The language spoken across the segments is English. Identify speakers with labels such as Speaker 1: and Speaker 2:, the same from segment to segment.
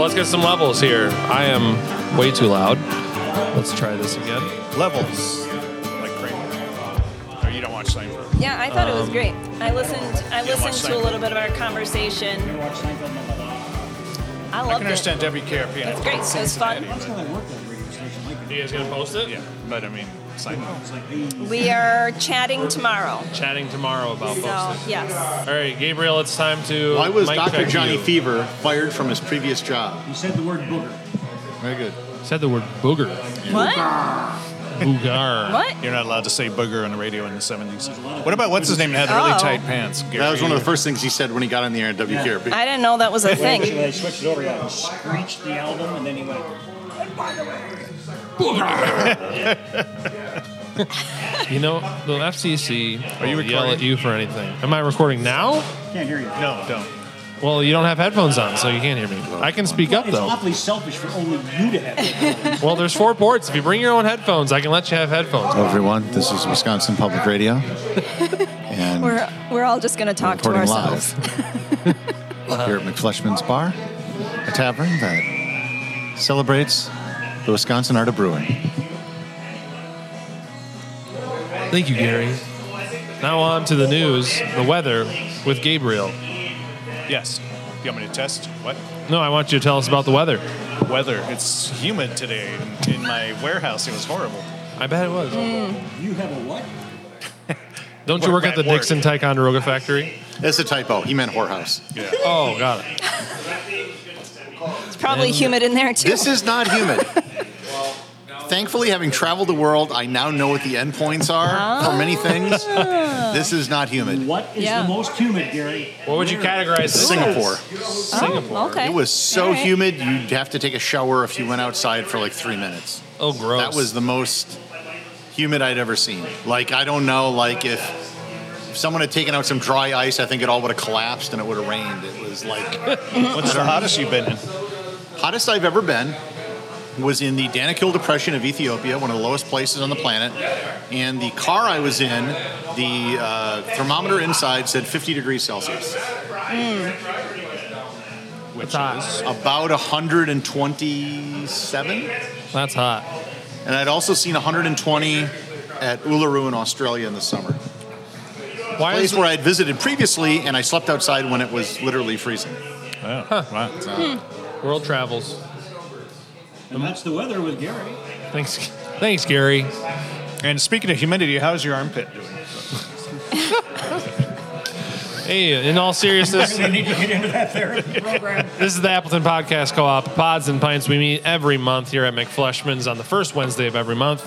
Speaker 1: let's get some levels here. I am way too loud. Let's try this again.
Speaker 2: Levels. Like Kramer. Or you don't watch Seinfeld.
Speaker 3: Yeah, I thought it
Speaker 1: Um,
Speaker 3: was great. I listened. I listened
Speaker 2: watch
Speaker 3: to a
Speaker 2: Seinfeld.
Speaker 3: little bit of our conversation. I
Speaker 2: I
Speaker 3: loved
Speaker 2: can
Speaker 3: it.
Speaker 2: understand WKRP. and
Speaker 3: That's
Speaker 2: I love
Speaker 3: great. It was fun.
Speaker 2: Cincinnati, but-
Speaker 1: You guys gonna post it?
Speaker 2: Yeah, but I mean, Seinfeld.
Speaker 3: We are chatting tomorrow.
Speaker 1: Chatting tomorrow about
Speaker 3: So
Speaker 1: posting.
Speaker 3: yes,
Speaker 1: All right, Gabriel, it's time to.
Speaker 4: Why was
Speaker 1: mic
Speaker 4: Dr.
Speaker 1: check
Speaker 4: Johnny
Speaker 1: you.
Speaker 4: Fever fired from his previous job?
Speaker 5: You said the word booger.
Speaker 4: Very good.
Speaker 1: Said the word booger.
Speaker 3: what?
Speaker 1: Boogar.
Speaker 3: What?
Speaker 2: You're not allowed to say booger on the radio in the 70s. What about what's his name that had the really
Speaker 3: Oh.
Speaker 2: tight pants?
Speaker 4: That was one of
Speaker 2: Gary-
Speaker 4: the first things he said when he got on the air at WKRP.
Speaker 3: I didn't know that was a
Speaker 5: Actually,
Speaker 3: thing.
Speaker 5: they switched it over. Yeah, he screeched the album, and then he went.
Speaker 1: You know, the FCC
Speaker 2: you
Speaker 1: will yell
Speaker 2: recording?
Speaker 1: at you for anything. Am I recording now?
Speaker 5: Can't hear you.
Speaker 2: No, don't.
Speaker 1: Well, you don't have headphones on, so you can't hear me. I can speak up
Speaker 5: It's
Speaker 1: though.
Speaker 5: awfully selfish for only you to have it.
Speaker 1: Well, there's four ports. If you bring your own headphones, I can let you have headphones.
Speaker 4: Hello, everyone. This is Wisconsin Public Radio. And
Speaker 3: We're we're all just gonna talk to
Speaker 4: recording
Speaker 3: ourselves.
Speaker 4: live here at McFleshman's Bar, a tavern that celebrates the Wisconsin art of brewing.
Speaker 1: Thank you, Gary. Now on to the news, the weather with Gabriel.
Speaker 2: Yes. You want me to test? What?
Speaker 1: No, I want you to tell us about the weather.
Speaker 2: Weather. It's humid today in, in my warehouse. It was horrible.
Speaker 1: I bet it was.
Speaker 5: You have a what?
Speaker 1: Don't you work at the
Speaker 2: At work.
Speaker 1: Dixon Ticonderoga factory?
Speaker 4: That's a typo. He meant whorehouse.
Speaker 1: Oh, got it.
Speaker 3: It's probably humid in there too.
Speaker 4: This is not humid. Thankfully, having traveled the world, I now know what the endpoints are
Speaker 3: Ah.
Speaker 4: for many things.
Speaker 3: Oh.
Speaker 4: This is not humid.
Speaker 5: What is
Speaker 3: Yeah.
Speaker 5: the most humid, Gary?
Speaker 1: What would you categorize this
Speaker 4: Singapore.
Speaker 1: as? Singapore.
Speaker 3: Oh, okay.
Speaker 4: It was so
Speaker 3: All right.
Speaker 4: humid, you'd have to take a shower if you went outside for like three minutes.
Speaker 1: Oh, gross.
Speaker 4: That was the most humid I'd ever seen. Like, I don't know, like, if, if someone had taken out some dry ice, I think it all would have collapsed and it would have rained. It was like,
Speaker 2: What's the hottest you've been in?
Speaker 4: hottest I've ever been was in the Danakil Depression of Ethiopia, one of the lowest places on the planet. And the car I was in, the uh, thermometer inside said 50 degrees Celsius,
Speaker 1: That's hot.
Speaker 4: about 127.
Speaker 1: That's hot.
Speaker 4: And I'd also seen 120 at Uluru in Australia in the summer.
Speaker 1: Why
Speaker 4: place
Speaker 1: is
Speaker 4: where I had visited previously, and I slept outside when it was literally freezing.
Speaker 2: Oh, wow.
Speaker 1: world travels?
Speaker 5: And that's the weather with Gary.
Speaker 1: Thanks, thanks, Gary.
Speaker 2: And speaking of humidity, how's your armpit doing?
Speaker 1: Hey, in all seriousness,
Speaker 5: We need to get into that therapy program.
Speaker 1: This is the Appleton Podcast Co-op. Pods and pints. We meet every month here at McFleshman's on the first Wednesday of every month.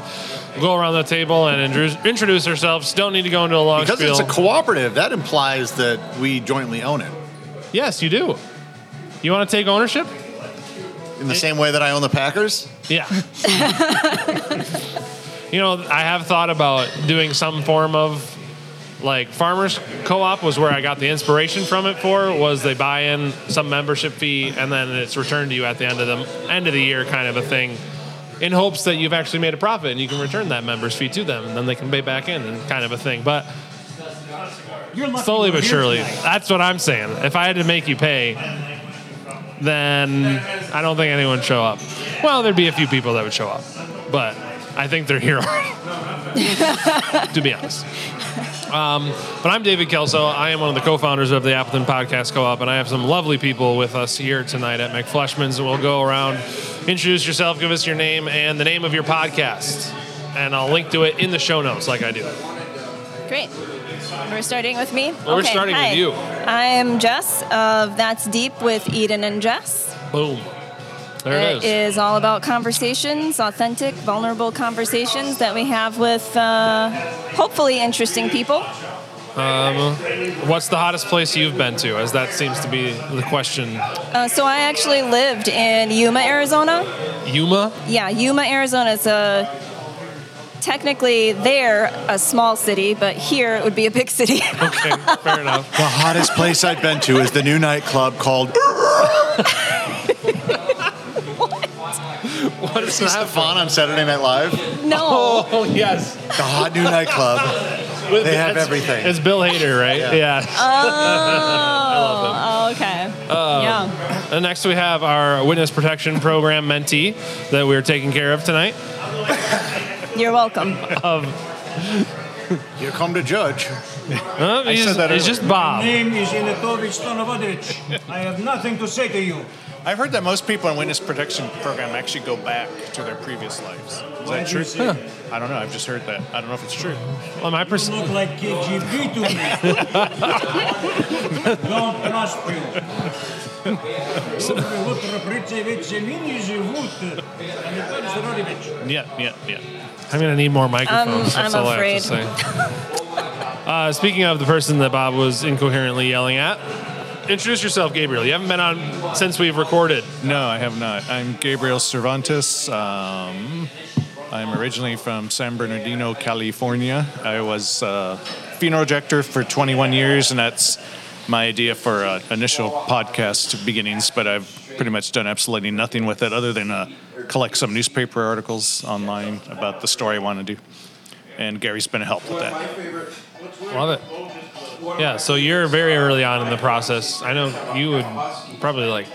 Speaker 1: We'll go around the table and introduce, introduce ourselves. Don't need to go into a long
Speaker 4: Because
Speaker 1: spiel.
Speaker 4: it's a cooperative, that implies that we jointly own it.
Speaker 1: yes, you do. You want to take ownership?
Speaker 4: In the same way that I own the Packers,
Speaker 1: Yeah. you know, I have thought about doing some form of like farmers co-op was where I got the inspiration from it for was they buy in some membership fee and then it's returned to you at the end of the end of the year kind of a thing in hopes that you've actually made a profit and you can return that members fee to them and then they can pay back in and kind of a thing but
Speaker 5: You're lucky
Speaker 1: slowly
Speaker 5: we're
Speaker 1: but
Speaker 5: here
Speaker 1: surely
Speaker 5: tonight.
Speaker 1: that's what I'm saying if I had to make you pay then I don't think anyone would show up well there'd be a few people that would show up but I think they're here already to be honest. Um, but I'm David Kelso. I am one of the co-founders of the Appleton Podcast Co-op, and I have some lovely people with us here tonight at McFleshman's. We'll go around, introduce yourself, give us your name and the name of your podcast, and I'll link to it in the show notes, like I do.
Speaker 3: Great. We're starting with me.
Speaker 1: Well, we're starting with
Speaker 3: hi.
Speaker 1: you.
Speaker 3: I'm Jess of That's Deep with Eden and Jess.
Speaker 1: Boom. There it is.
Speaker 3: all about conversations, authentic, vulnerable conversations that we have with uh, hopefully interesting people.
Speaker 1: What's the hottest place you've been to? As that seems to be the question.
Speaker 3: Uh, so I actually lived in Yuma, Arizona.
Speaker 1: Yuma.
Speaker 3: Yeah, Yuma, Arizona is a technically there a small city, but here it would be a big city.
Speaker 1: Okay, fair enough.
Speaker 4: the hottest place I've been to is the new nightclub called
Speaker 1: What is
Speaker 4: Stefan on Saturday Night Live.
Speaker 3: no.
Speaker 1: Oh yes.
Speaker 4: The hot new nightclub.
Speaker 1: They
Speaker 6: have everything.
Speaker 1: It's Bill Hader, right? Yeah.
Speaker 3: Oh, okay.
Speaker 1: Um,
Speaker 3: yeah.
Speaker 1: And Uh, next, we have our witness protection program mentee that we're taking care of tonight.
Speaker 3: You're welcome.
Speaker 4: You come to judge.
Speaker 1: Huh? Uh, he's
Speaker 2: said that
Speaker 1: he's
Speaker 2: earlier.
Speaker 1: just Bob.
Speaker 5: Name is Inatovich Stanovadich. I have nothing to say to you.
Speaker 2: I've heard that most people in witness protection program actually go back to their previous lives. Is
Speaker 5: Why
Speaker 2: that
Speaker 5: do
Speaker 2: true?
Speaker 5: you say that?
Speaker 2: I don't know. I've just heard that. I don't know if it's true.
Speaker 1: Well, my pers-
Speaker 5: Look like KGB to me. Don't trust you. Доброе утро, представитель меня зовут Анатолий Здорович.
Speaker 2: Yeah, yeah, yeah.
Speaker 1: I'm going to need more microphones.
Speaker 3: I'm
Speaker 1: That's all
Speaker 3: afraid.
Speaker 1: I have to say. uh, speaking of the person that Bob was incoherently yelling at, introduce yourself, Gabriel. You haven't been on since we've recorded.
Speaker 2: No, I have not. I'm Gabriel Cervantes. Um, I'm originally from San Bernardino, California. I was uh, funeral director for 21 years, and that's my idea for uh, initial podcast beginnings. But I've pretty much done absolutely nothing with it other than uh, collect some newspaper articles online about the story I want to do. And Gary's been a help with that.
Speaker 1: Love it. Yeah, so you're very early on in the process. I know you would probably like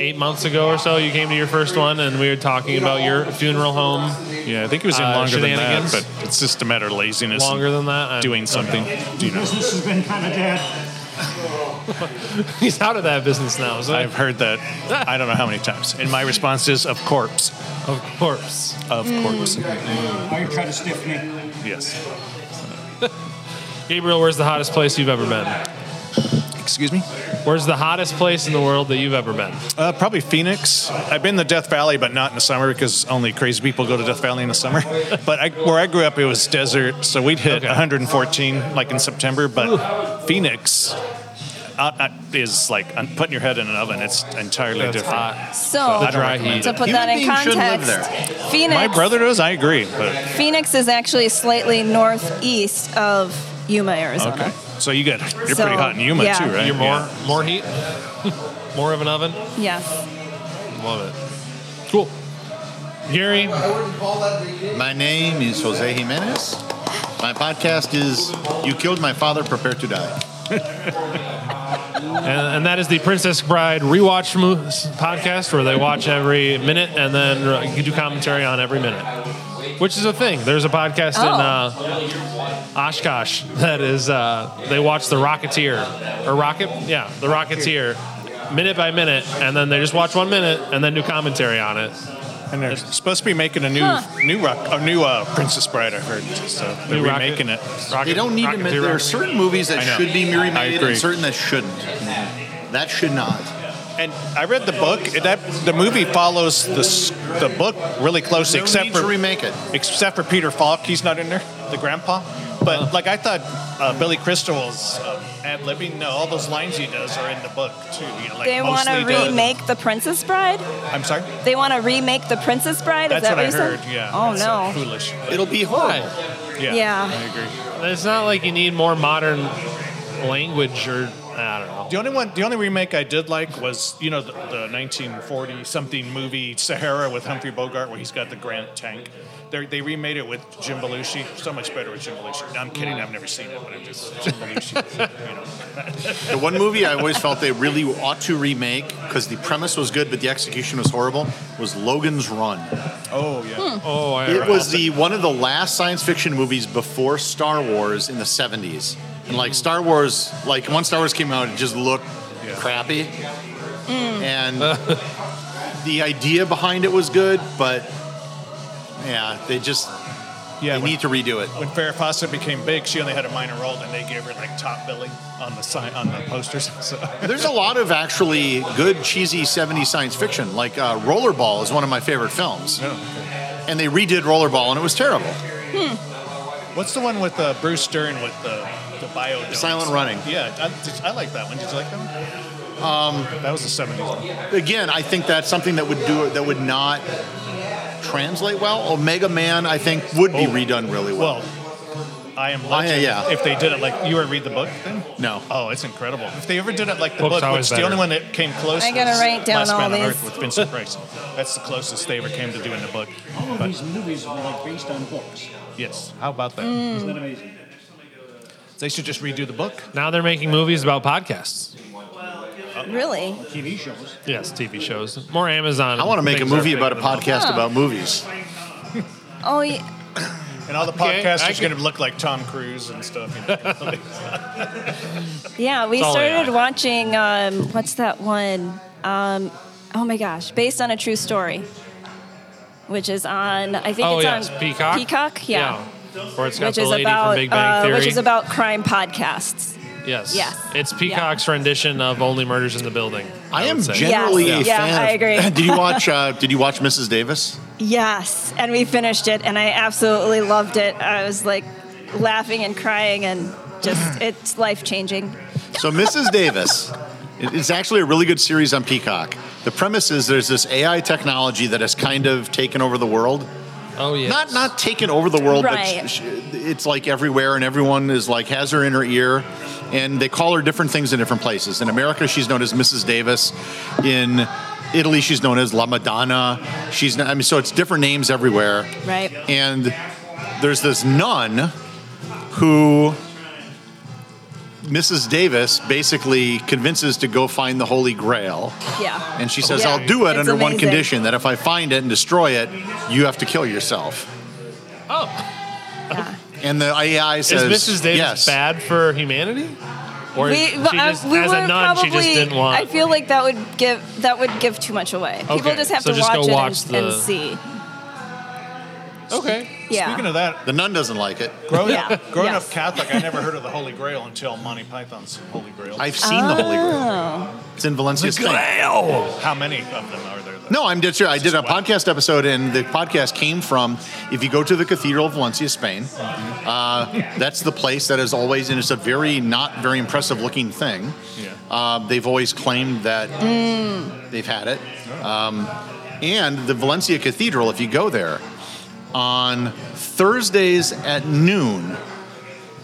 Speaker 1: eight months ago or so, you came to your first one, and we were talking about your funeral home
Speaker 2: Yeah, I think it was in
Speaker 1: Uh,
Speaker 2: longer than that,
Speaker 1: shenanigans?
Speaker 2: but it's just a matter of laziness. and
Speaker 1: longer than that. and-
Speaker 2: doing something. Do you know?
Speaker 5: Business has been kind of dead.
Speaker 1: He's out of that business now, so
Speaker 2: I've heard that I don't know how many times. And my response is of corpse.
Speaker 1: of course.
Speaker 2: Of
Speaker 3: Mm.
Speaker 2: corpse.
Speaker 5: Why you trying to stiff me?
Speaker 2: Yes.
Speaker 1: Gabriel, where's the hottest place you've ever been?
Speaker 2: Excuse me?
Speaker 1: Where's the hottest place in the world that you've ever been?
Speaker 2: Uh, probably Phoenix. I've been to Death Valley, but not in the summer because only crazy people go to Death Valley in the summer. But I, where I grew up, it was desert, so we'd hit
Speaker 1: Okay.
Speaker 2: 114 like in September. But Phoenix uh, uh, is like un- putting your head in an oven. It's entirely different.
Speaker 3: So,
Speaker 1: The dry heat.
Speaker 3: to put
Speaker 4: Human
Speaker 3: that in
Speaker 4: beings shouldn't live
Speaker 3: context,
Speaker 2: My
Speaker 3: Phoenix,
Speaker 2: brother does. I agree. But
Speaker 3: Phoenix is actually slightly northeast of Yuma, Arizona.
Speaker 2: okay. So you get you're
Speaker 3: So,
Speaker 2: pretty hot in Yuma
Speaker 3: yeah.
Speaker 2: too, right?
Speaker 1: You're more
Speaker 2: Yeah.
Speaker 1: more heat, more of an oven.
Speaker 3: Yes.
Speaker 1: Love it. Cool. Gary,
Speaker 4: My name is Jose Jimenez. My podcast is You Killed My Father, Prepare to Die.
Speaker 1: and, and that is the Princess Bride rewatch mo- podcast where they watch every minute and then uh, you do commentary on every minute, which is a thing. There's a podcast in uh, Oshkosh that is uh, they watch The Rocketeer or Rocket, yeah, The Rocketeer, minute by minute, and then they just watch one minute and then do commentary on it.
Speaker 2: And they're supposed to be making a new
Speaker 3: Huh.
Speaker 2: new rock, a new uh, Princess Bride. I heard, so they're
Speaker 1: New Rocket-
Speaker 2: remaking it.
Speaker 1: Rocket-
Speaker 4: They don't need to.
Speaker 1: Rocketeer,
Speaker 4: There are
Speaker 1: Rocket-
Speaker 4: certain movies
Speaker 2: I
Speaker 4: that
Speaker 2: know.
Speaker 4: should be
Speaker 2: I
Speaker 4: remade
Speaker 2: agree.
Speaker 4: and certain that shouldn't. That should not.
Speaker 2: And I read the book. and That the movie follows the s- the book really closely,
Speaker 4: No
Speaker 2: except
Speaker 4: need
Speaker 2: for
Speaker 4: to remake it.
Speaker 2: except for Peter Falk. He's not in there, the grandpa. But
Speaker 4: Uh-huh.
Speaker 2: like I thought, uh, Billy Crystal's uh, ad libbing. No, all those lines he does are in the book too. You know, like
Speaker 3: They want
Speaker 2: mostly
Speaker 3: to
Speaker 2: done.
Speaker 3: remake The Princess Bride?
Speaker 2: I'm sorry.
Speaker 3: They want to remake The Princess Bride?
Speaker 2: That's
Speaker 3: is that
Speaker 2: what
Speaker 3: what
Speaker 2: I
Speaker 3: you
Speaker 2: heard.
Speaker 3: said?
Speaker 2: Yeah.
Speaker 3: Oh,
Speaker 2: That's, uh,
Speaker 3: no.
Speaker 2: foolish.
Speaker 4: It'll be horrible.
Speaker 2: Yeah.
Speaker 3: Yeah.
Speaker 2: I agree.
Speaker 1: It's not like you need more modern language or I don't know.
Speaker 2: The only one, the only remake I did like was you know the, the 1940 something movie Sahara with Humphrey Bogart where he's got the Grant tank. They're, they remade it with Jim Belushi. So much better with Jim Belushi. No, I'm kidding. I've never seen it, but I'm just Jim Belushi. you know.
Speaker 4: The one movie I always felt they really ought to remake because the premise was good but the execution was horrible was Logan's Run.
Speaker 2: Oh yeah.
Speaker 1: Oh, I
Speaker 4: It was the one of the last science fiction movies before Star Wars in the 70s. And like Star Wars, like once Star Wars came out, it just looked crappy. And the idea behind it was good, but yeah, they just
Speaker 2: Yeah.
Speaker 4: they
Speaker 2: when,
Speaker 4: need to redo it.
Speaker 2: when Farrah Fawcett became big, she only had a minor role, and they gave her like top billing on the sign on the posters. So
Speaker 4: There's a lot of actually good cheesy 70s science fiction. Like uh, Rollerball is one of my favorite films. And they redid Rollerball and it was terrible.
Speaker 2: what's the one with uh, Bruce Stern with the the bio? domes?
Speaker 4: Silent Running.
Speaker 2: Yeah, I, did- I like that one. Did you like that one? Um, that was the 70s one.
Speaker 4: Again, I think that's something that would do that would not translate well. Omega Man I think would be redone really well.
Speaker 2: Well, I Am
Speaker 4: Oh, yeah,
Speaker 2: Legend,
Speaker 4: yeah.
Speaker 2: if they did it like you ever read the book thing?
Speaker 4: No.
Speaker 2: Oh, it's incredible. If they ever did it like the
Speaker 1: Book's
Speaker 2: book,
Speaker 1: always
Speaker 2: which the
Speaker 1: better.
Speaker 2: only one that came close
Speaker 3: I gotta
Speaker 2: was
Speaker 3: write down
Speaker 2: Last
Speaker 3: all
Speaker 2: Man
Speaker 3: these.
Speaker 2: on Earth with Vincent Price. That's the closest they ever came to doing the book.
Speaker 5: All of
Speaker 2: But
Speaker 5: these movies were like based on books.
Speaker 2: yes, how about that?
Speaker 3: Mm.
Speaker 5: Isn't that amazing?
Speaker 2: They should just redo the book.
Speaker 1: Now they're making movies about podcasts.
Speaker 3: Really?
Speaker 5: TV shows.
Speaker 1: Yes, TV shows. More Amazon.
Speaker 4: I want to make a
Speaker 1: things are
Speaker 4: movie about a
Speaker 1: picking them up.
Speaker 4: podcast
Speaker 3: Huh.
Speaker 4: about movies.
Speaker 3: Oh, yeah.
Speaker 2: And all the
Speaker 1: Okay,
Speaker 2: podcasters
Speaker 1: I
Speaker 2: are going to look like Tom Cruise and stuff. You know?
Speaker 3: Yeah, we
Speaker 1: It's all
Speaker 3: started
Speaker 1: AI.
Speaker 3: watching. Um, what's that one? Um, oh my gosh, based on a true story, which is on. I think
Speaker 1: Oh
Speaker 3: it's
Speaker 1: yes,
Speaker 3: on
Speaker 1: Peacock.
Speaker 3: Peacock, yeah.
Speaker 1: Where it's got
Speaker 3: Which
Speaker 1: the
Speaker 3: is
Speaker 1: lady
Speaker 3: about
Speaker 1: from Big Bang
Speaker 3: uh,
Speaker 1: Theory.
Speaker 3: which is about crime podcasts.
Speaker 1: yes.
Speaker 3: Yes.
Speaker 1: It's Peacock's rendition of Only Murders in the Building.
Speaker 4: I, am
Speaker 1: would say.
Speaker 4: generally
Speaker 3: Yes.
Speaker 4: a
Speaker 3: Yeah,
Speaker 4: fan.
Speaker 3: I
Speaker 4: of-
Speaker 3: agree.
Speaker 4: did you watch? Uh, did you watch Mrs. Davis?
Speaker 3: Yes, and we finished it, and I absolutely loved it. I was like laughing and crying, and
Speaker 1: Mm.
Speaker 3: just it's life changing.
Speaker 4: So Mrs. Davis it- it's actually a really good series on Peacock. The premise is there's this AI technology that has kind of taken over the world.
Speaker 1: Oh yeah.
Speaker 4: Not not taken over the world, but
Speaker 3: Right.
Speaker 4: sh- sh- it's like everywhere, and everyone is like has her in her ear, and they call her different things in different places. In America, she's known as Mrs. Davis. In Italy, she's known as La Madonna. She's kn- I mean, so it's different names everywhere.
Speaker 3: Right.
Speaker 4: And there's this nun who Mrs. Davis basically convinces to go find the Holy Grail.
Speaker 3: Yeah.
Speaker 4: And she says,
Speaker 3: Oh, Yeah,
Speaker 4: I'll do it
Speaker 3: it's
Speaker 4: under one
Speaker 3: amazing.
Speaker 4: condition that if I find it and destroy it, you have to kill yourself.
Speaker 1: oh.
Speaker 3: yeah.
Speaker 4: And the AI
Speaker 1: Is
Speaker 4: says,
Speaker 1: Mrs. Davis
Speaker 4: yes.
Speaker 1: bad for humanity? Or
Speaker 3: We,
Speaker 1: she
Speaker 3: well, I-
Speaker 1: just,
Speaker 3: we
Speaker 1: as
Speaker 3: were
Speaker 1: a nun,
Speaker 3: probably.
Speaker 1: she just didn't want.
Speaker 3: I feel like that would give that would give too much away. People
Speaker 1: Okay,
Speaker 3: just have
Speaker 1: so
Speaker 3: to
Speaker 1: just go
Speaker 3: watch it
Speaker 1: watch
Speaker 3: and,
Speaker 1: the-
Speaker 3: and see.
Speaker 1: okay.
Speaker 3: Yeah.
Speaker 2: Speaking of that,
Speaker 4: The nun doesn't like it.
Speaker 2: growing,
Speaker 3: Yeah,
Speaker 2: up, growing
Speaker 3: yes.
Speaker 2: up Catholic, I never heard of the Holy Grail until Monty Python's Holy Grail.
Speaker 4: I've seen the Holy Grail.
Speaker 3: Oh.
Speaker 4: It's in Valencia, Spain.
Speaker 1: Grail.
Speaker 2: How many of them are there? Though?
Speaker 4: No, I'm dead sure. I did a
Speaker 2: Wow.
Speaker 4: podcast episode, and the podcast came from if you go to the Cathedral of Valencia, Spain, uh, that's the place that is always, and it's a very not very impressive looking thing.
Speaker 2: Yeah.
Speaker 4: Uh, they've always claimed that
Speaker 3: Mm.
Speaker 4: they've had it. Um, and the Valencia Cathedral, if you go there, on Thursdays at noon,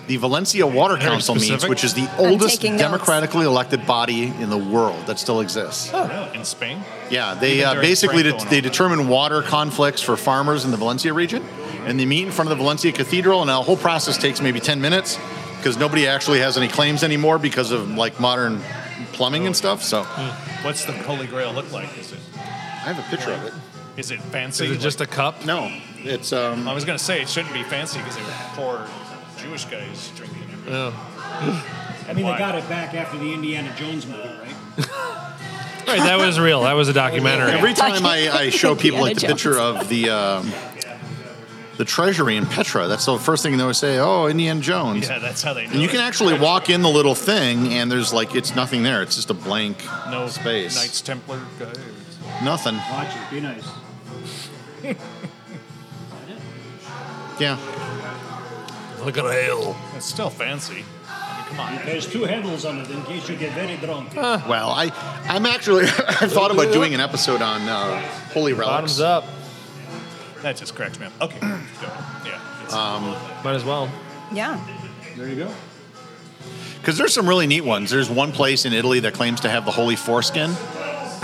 Speaker 4: the Valencia Water
Speaker 1: Very
Speaker 4: Council meets,
Speaker 1: specific.
Speaker 4: which is the oldest
Speaker 3: taking notes.
Speaker 4: democratically elected body in the world that still exists.
Speaker 2: In Spain?
Speaker 4: Yeah, they
Speaker 2: Even
Speaker 4: uh,
Speaker 2: during Franco
Speaker 4: basically det-
Speaker 2: and
Speaker 4: they
Speaker 2: all that.
Speaker 4: determine water conflicts for farmers in the Valencia region, and they meet in front of the Valencia Cathedral, and the whole process takes maybe ten minutes because nobody actually has any claims anymore because of like modern plumbing and stuff. So I
Speaker 2: What's the Holy Grail look like? Is it
Speaker 4: have a picture of it.
Speaker 2: is it fancy?
Speaker 1: Is it just a cup?
Speaker 4: No, it's um,
Speaker 2: I was gonna say it shouldn't be fancy because they were poor Jewish guys drinking. it.
Speaker 5: I mean,
Speaker 2: Why?
Speaker 5: they got it back after the Indiana Jones movie, right?
Speaker 1: Right, that was real. That was a documentary.
Speaker 4: every time I, I show people like the
Speaker 3: Indiana
Speaker 4: picture of the. Um, the treasury in Petra. That's the first thing they always say. Oh, Indiana Jones.
Speaker 2: Yeah, that's how they. Do
Speaker 4: And you
Speaker 2: it.
Speaker 4: can actually walk in the little thing, and there's like it's nothing there. It's just a blank
Speaker 2: no
Speaker 4: space.
Speaker 2: Knights Templar guy.
Speaker 4: Nothing.
Speaker 5: Watch it. Be nice.
Speaker 4: Yeah.
Speaker 1: Look at hell.
Speaker 2: It's still fancy. I mean, come on.
Speaker 5: There's two handles on it in case you get very drunk.
Speaker 4: Well, I I'm actually I thought about doing an episode on uh, holy relics.
Speaker 1: Bottoms up.
Speaker 2: That just cracked me up. Okay. go. Yeah. it's-
Speaker 1: Might as well.
Speaker 3: Yeah.
Speaker 5: There you go.
Speaker 4: Because there's some really neat ones. There's one place in Italy that claims to have the holy foreskin.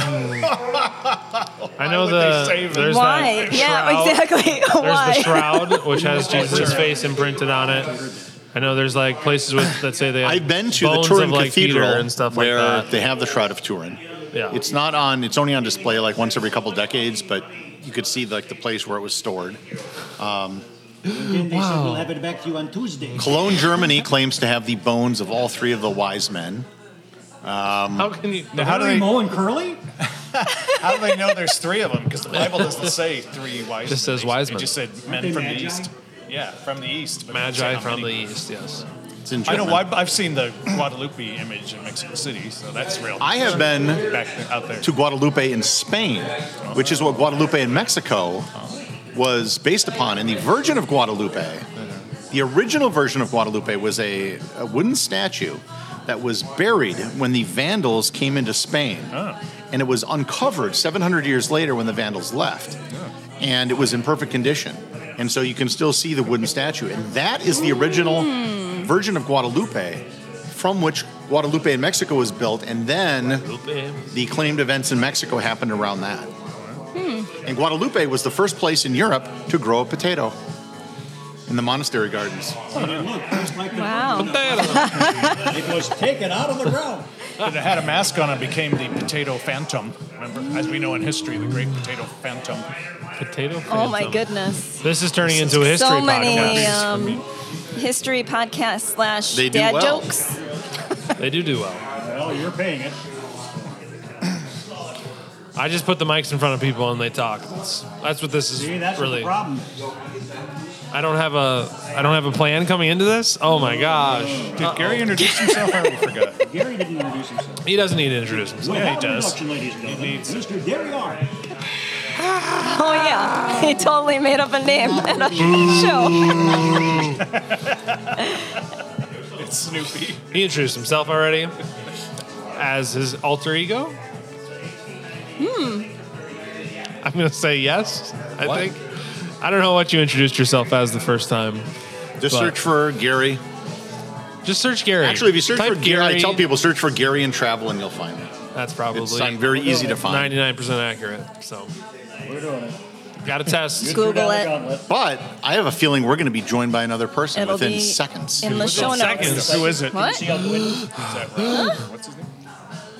Speaker 1: I know
Speaker 2: would they
Speaker 1: the
Speaker 2: save it?
Speaker 1: there's
Speaker 3: Why?
Speaker 1: that
Speaker 3: Yeah,
Speaker 1: shroud.
Speaker 3: exactly.
Speaker 1: There's
Speaker 3: Why?
Speaker 1: the shroud, which has Jesus' face imprinted on it. I know there's like places with that say they. Have
Speaker 4: I've been to the
Speaker 1: bones
Speaker 4: Turin
Speaker 1: of, like, Peter
Speaker 4: Cathedral
Speaker 1: and stuff like
Speaker 4: where
Speaker 1: that.
Speaker 4: they have the Shroud of Turin.
Speaker 1: Yeah.
Speaker 4: It's not on. It's only on display like once every couple decades, but you could see like the place where it was stored.
Speaker 5: Then they said we'll have it back to you on Tuesday.
Speaker 4: Cologne, Germany claims to have the bones of all three of the wise men.
Speaker 1: How can you?
Speaker 2: Now, how do they
Speaker 5: Moe and Curly?
Speaker 2: how do they know there's three of them? Because the Bible doesn't say three wise.
Speaker 1: Just
Speaker 2: men.
Speaker 1: says
Speaker 2: They-
Speaker 1: wise
Speaker 2: It
Speaker 1: men.
Speaker 2: just said men
Speaker 5: they
Speaker 2: from the
Speaker 5: magi?
Speaker 2: east. Yeah, from the east. but it doesn't say
Speaker 1: Magi
Speaker 2: how
Speaker 1: from the
Speaker 2: many.
Speaker 1: east. Yes.
Speaker 4: It's in
Speaker 2: I
Speaker 4: German.
Speaker 2: know. I've, I've seen the Guadalupe image in Mexico City, so that's real.
Speaker 4: I have been
Speaker 2: back there- out there.
Speaker 4: to Guadalupe in Spain, which is what Guadalupe in Mexico was based upon. And the Virgin of Guadalupe, the original version of Guadalupe was a, a wooden statue that was buried when the Vandals came into Spain. And it was uncovered 700 years later when the Vandals left. And it was in perfect condition. And so you can still see the wooden statue. And that is the original Virgin of Guadalupe from which Guadalupe in Mexico was built. And then the claimed events in Mexico happened around that. And Guadalupe was the first place in Europe to grow a potato in the monastery gardens.
Speaker 5: It looked just like the
Speaker 3: Wow.
Speaker 5: It was taken out of the ground.
Speaker 2: It had a mask on and became the potato phantom. Remember, as we know in history, the great potato phantom.
Speaker 1: Potato.
Speaker 3: Oh my
Speaker 1: phantom.
Speaker 3: goodness.
Speaker 1: This is turning into a history
Speaker 3: So many
Speaker 1: podcast.
Speaker 3: um, history podcast slash
Speaker 4: They do
Speaker 3: dad
Speaker 4: well.
Speaker 3: jokes. uh,
Speaker 1: They do do well.
Speaker 5: Well, you're paying it.
Speaker 1: I just put the mics in front of people and they talk. That's, that's what this is
Speaker 5: See, that's
Speaker 1: really.
Speaker 5: the problem.
Speaker 1: I don't have a I don't have a plan coming into this. Oh my gosh.
Speaker 2: Did Gary introduce himself? I already forgot.
Speaker 5: Gary didn't introduce himself.
Speaker 1: He doesn't need to introduce himself.
Speaker 5: Without
Speaker 2: he does.
Speaker 5: introduction, ladies and gentlemen, Mr. Gary R.
Speaker 3: Oh yeah. He totally made up a name and a show.
Speaker 2: It's Snoopy.
Speaker 1: He introduced himself already as his alter ego. Hmm. I'm gonna say yes. I
Speaker 4: What?
Speaker 1: think. I don't know what you introduced yourself as the first time.
Speaker 4: Just
Speaker 1: But-
Speaker 4: search for Gary.
Speaker 1: Just search Gary.
Speaker 4: Actually, if you search
Speaker 1: Type
Speaker 4: for Gary, I tell people search for Gary and travel, and you'll find it.
Speaker 1: that's probably
Speaker 4: It's I'm very easy to find.
Speaker 1: 99% accurate. So,
Speaker 5: We're doing it.
Speaker 1: got to test.
Speaker 3: Google
Speaker 5: Threw down the
Speaker 3: it.
Speaker 5: gauntlet.
Speaker 4: But I have a feeling we're going to be joined by another person
Speaker 3: It'll
Speaker 4: within
Speaker 3: be
Speaker 4: seconds.
Speaker 3: in the show notes.
Speaker 1: Seconds.
Speaker 2: Who is it?
Speaker 3: What?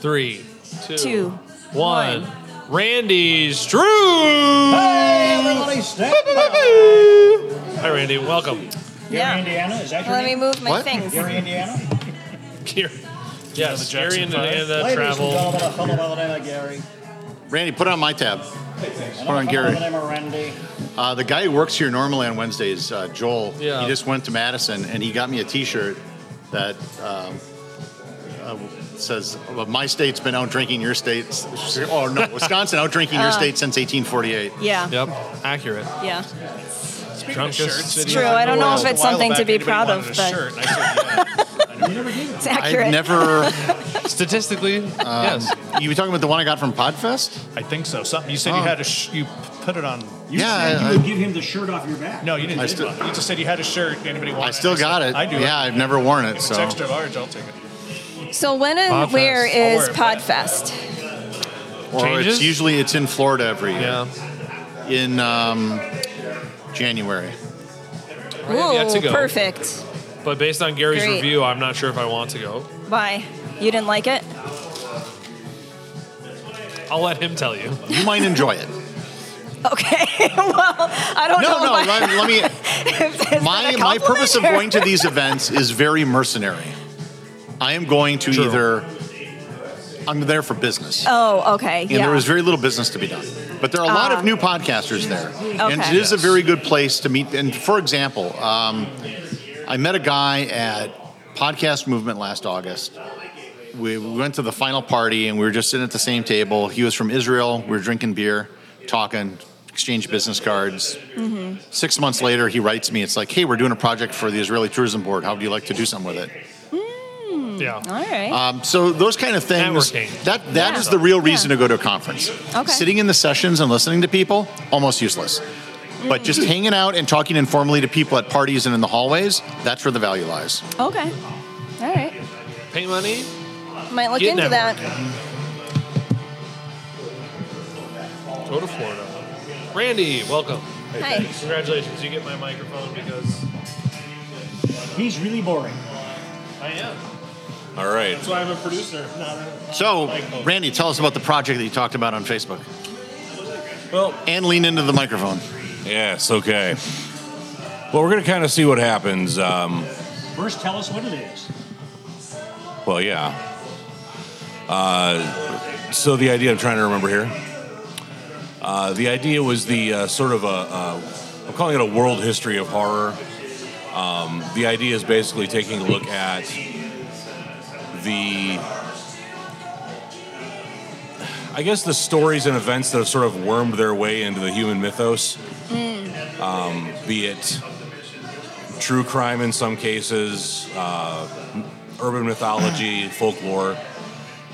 Speaker 1: Three, two,
Speaker 3: Two.
Speaker 1: one.
Speaker 3: one.
Speaker 1: Randy Strew.
Speaker 5: Hey, everybody, stand up.
Speaker 1: Hi, Randy. Welcome.
Speaker 5: Gary,
Speaker 3: Yeah.
Speaker 5: Indiana, is that your
Speaker 3: Let me
Speaker 5: name?
Speaker 3: move my
Speaker 4: What?
Speaker 3: things.
Speaker 5: Gary, Indiana.
Speaker 1: Here. Yes,
Speaker 2: Jackson
Speaker 1: Gary and
Speaker 2: Five?
Speaker 1: Indiana
Speaker 5: Ladies and
Speaker 1: travel.
Speaker 5: gentlemen, a fellow by the name of Gary.
Speaker 4: Randy, put it on my tab.
Speaker 5: And
Speaker 4: on,
Speaker 5: a fellow
Speaker 4: Gary.
Speaker 5: by the name of Randy.
Speaker 4: Uh, the guy who works here normally on Wednesdays, uh, Joel,
Speaker 1: Yeah.
Speaker 4: he just went to Madison and he got me a T-shirt that um, uh, says, well, "My state's been out drinking your states." Oh no, Wisconsin out drinking your state since 1848.
Speaker 3: Yeah.
Speaker 1: Yep, accurate.
Speaker 3: Yeah.
Speaker 1: Drunkest city
Speaker 3: It's true. I don't know if it's
Speaker 2: A while
Speaker 3: something to
Speaker 2: back,
Speaker 3: be
Speaker 2: anybody
Speaker 3: proud
Speaker 2: wanted
Speaker 3: of,
Speaker 2: a
Speaker 3: but
Speaker 2: shirt, and I said, yeah.
Speaker 5: You never gave it.
Speaker 3: it's accurate.
Speaker 4: I've never.
Speaker 1: Statistically, yes.
Speaker 4: you were talking about the one I got from Podfest?
Speaker 2: I think so. Something you said you
Speaker 4: Oh.
Speaker 2: had a sh- you p- put it on.
Speaker 5: You
Speaker 4: Yeah,
Speaker 5: said
Speaker 4: I-
Speaker 5: you would give him the shirt off your back.
Speaker 2: No, you didn't.
Speaker 4: I
Speaker 2: do
Speaker 4: still-
Speaker 2: that. you just said you had a shirt. Anybody want?
Speaker 4: I
Speaker 2: it?
Speaker 4: still
Speaker 2: said,
Speaker 4: got it.
Speaker 2: I do.
Speaker 4: Yeah, I've never worn it.
Speaker 2: If
Speaker 4: So
Speaker 2: it's extra large, I'll take it.
Speaker 3: So when and
Speaker 1: Podfest.
Speaker 3: where
Speaker 2: I'll
Speaker 3: is
Speaker 2: wear it, but-
Speaker 3: Podfest?
Speaker 4: or
Speaker 1: Changes?
Speaker 4: it's usually it's in Florida every year
Speaker 1: Yeah.
Speaker 4: in um, January.
Speaker 1: yet to
Speaker 3: Ooh,
Speaker 1: go.
Speaker 3: perfect.
Speaker 1: But based on Gary's
Speaker 3: Great.
Speaker 1: review, I'm not sure if I want to go.
Speaker 3: Why? You didn't like it?
Speaker 1: I'll let him tell you.
Speaker 4: You might enjoy it.
Speaker 3: Okay. well, I don't
Speaker 4: No,
Speaker 3: know.
Speaker 4: no.
Speaker 3: if I-
Speaker 4: Let, let me.
Speaker 3: Is that a
Speaker 4: my my
Speaker 3: compliment
Speaker 4: purpose of
Speaker 3: or-
Speaker 4: going to these events is very mercenary. I am going to
Speaker 1: True.
Speaker 4: either I'm there for business.
Speaker 3: Oh, okay.
Speaker 4: And
Speaker 3: yeah.
Speaker 4: there was very little business to be done. But there are a lot
Speaker 3: Ah.
Speaker 4: of new podcasters there. And
Speaker 3: Okay.
Speaker 4: it is a very good place to meet. And for example, um, I met a guy at Podcast Movement last August. We we went to the final party and we were just sitting at the same table. He was from Israel. We were drinking beer, talking, exchanged business cards.
Speaker 3: Mm-hmm.
Speaker 4: Six months later, he writes me. It's like, hey, we're doing a project for the Israeli Tourism Board. How would you like to do something with it?
Speaker 1: Yeah.
Speaker 3: Hmm. All right.
Speaker 4: Um, so those kind of things.
Speaker 1: Networking.
Speaker 4: That that is
Speaker 3: Yeah.
Speaker 4: the real reason
Speaker 3: Yeah.
Speaker 4: to go to a conference.
Speaker 3: Okay.
Speaker 4: Sitting in the sessions and listening to people almost useless. But just
Speaker 3: Mm.
Speaker 4: hanging out and talking informally to people at parties and in the hallways, that's where the value lies.
Speaker 3: okay. All right.
Speaker 1: Pay money.
Speaker 3: Might look
Speaker 1: Get
Speaker 3: into that.
Speaker 1: networking. Go to Florida. Randy, welcome.
Speaker 3: Hi.
Speaker 1: Congratulations. You get my microphone because
Speaker 5: He's really boring.
Speaker 1: I am.
Speaker 6: All right.
Speaker 1: That's why I'm a producer. Not a...
Speaker 4: So, Randy, tell us about the project that you talked about on Facebook.
Speaker 6: Well-
Speaker 4: and lean into the microphone.
Speaker 6: Yes. Okay. Well, we're gonna kind of see what happens. Um,
Speaker 5: First, tell us what it is.
Speaker 6: well, yeah. Uh, so the idea I'm trying to remember here. Uh, the idea was the uh, sort of a, a I'm calling it a world history of horror. Um, the idea is basically taking a look at the I guess the stories and events that have sort of wormed their way into the human mythos, um, be it true crime in some cases, uh, urban mythology, folklore,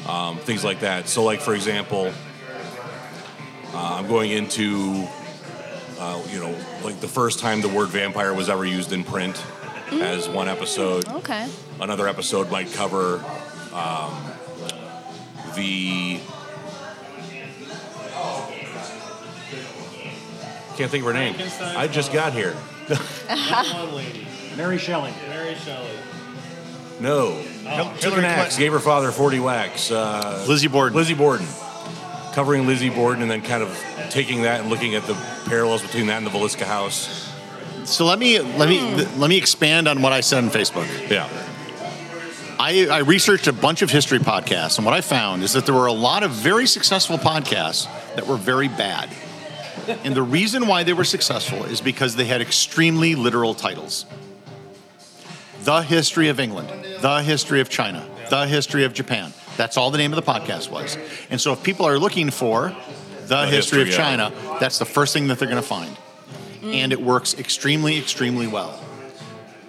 Speaker 6: um, things like that. So, like for example, uh, I'm going into Uh, you know, like the first time the word vampire was ever used in print as one episode.
Speaker 3: Okay.
Speaker 6: Another episode might cover um, the. Can't think of her name. I just got here.
Speaker 7: Mary Shelley.
Speaker 4: Oh,
Speaker 6: No. Took an axe, gave her father 40 whacks. Uh,
Speaker 4: Lizzie Borden.
Speaker 6: Lizzie Borden. Covering Lizzie Borden and then kind of taking that and looking at the parallels between that and the Velisca House.
Speaker 4: So let me let me
Speaker 3: Mm.
Speaker 4: let me expand on what I said on Facebook.
Speaker 6: Yeah.
Speaker 4: I, I researched a bunch of history podcasts, and what I found is that there were a lot of very successful podcasts that were very bad. And the reason why they were successful is because they had extremely literal titles The History of England, The History of China, The History of Japan. That's all the name of the podcast was. And so if people are looking for The, History,
Speaker 6: History,
Speaker 4: of
Speaker 6: yeah.
Speaker 4: China, that's the first thing that they're going to find. And it works extremely, extremely well.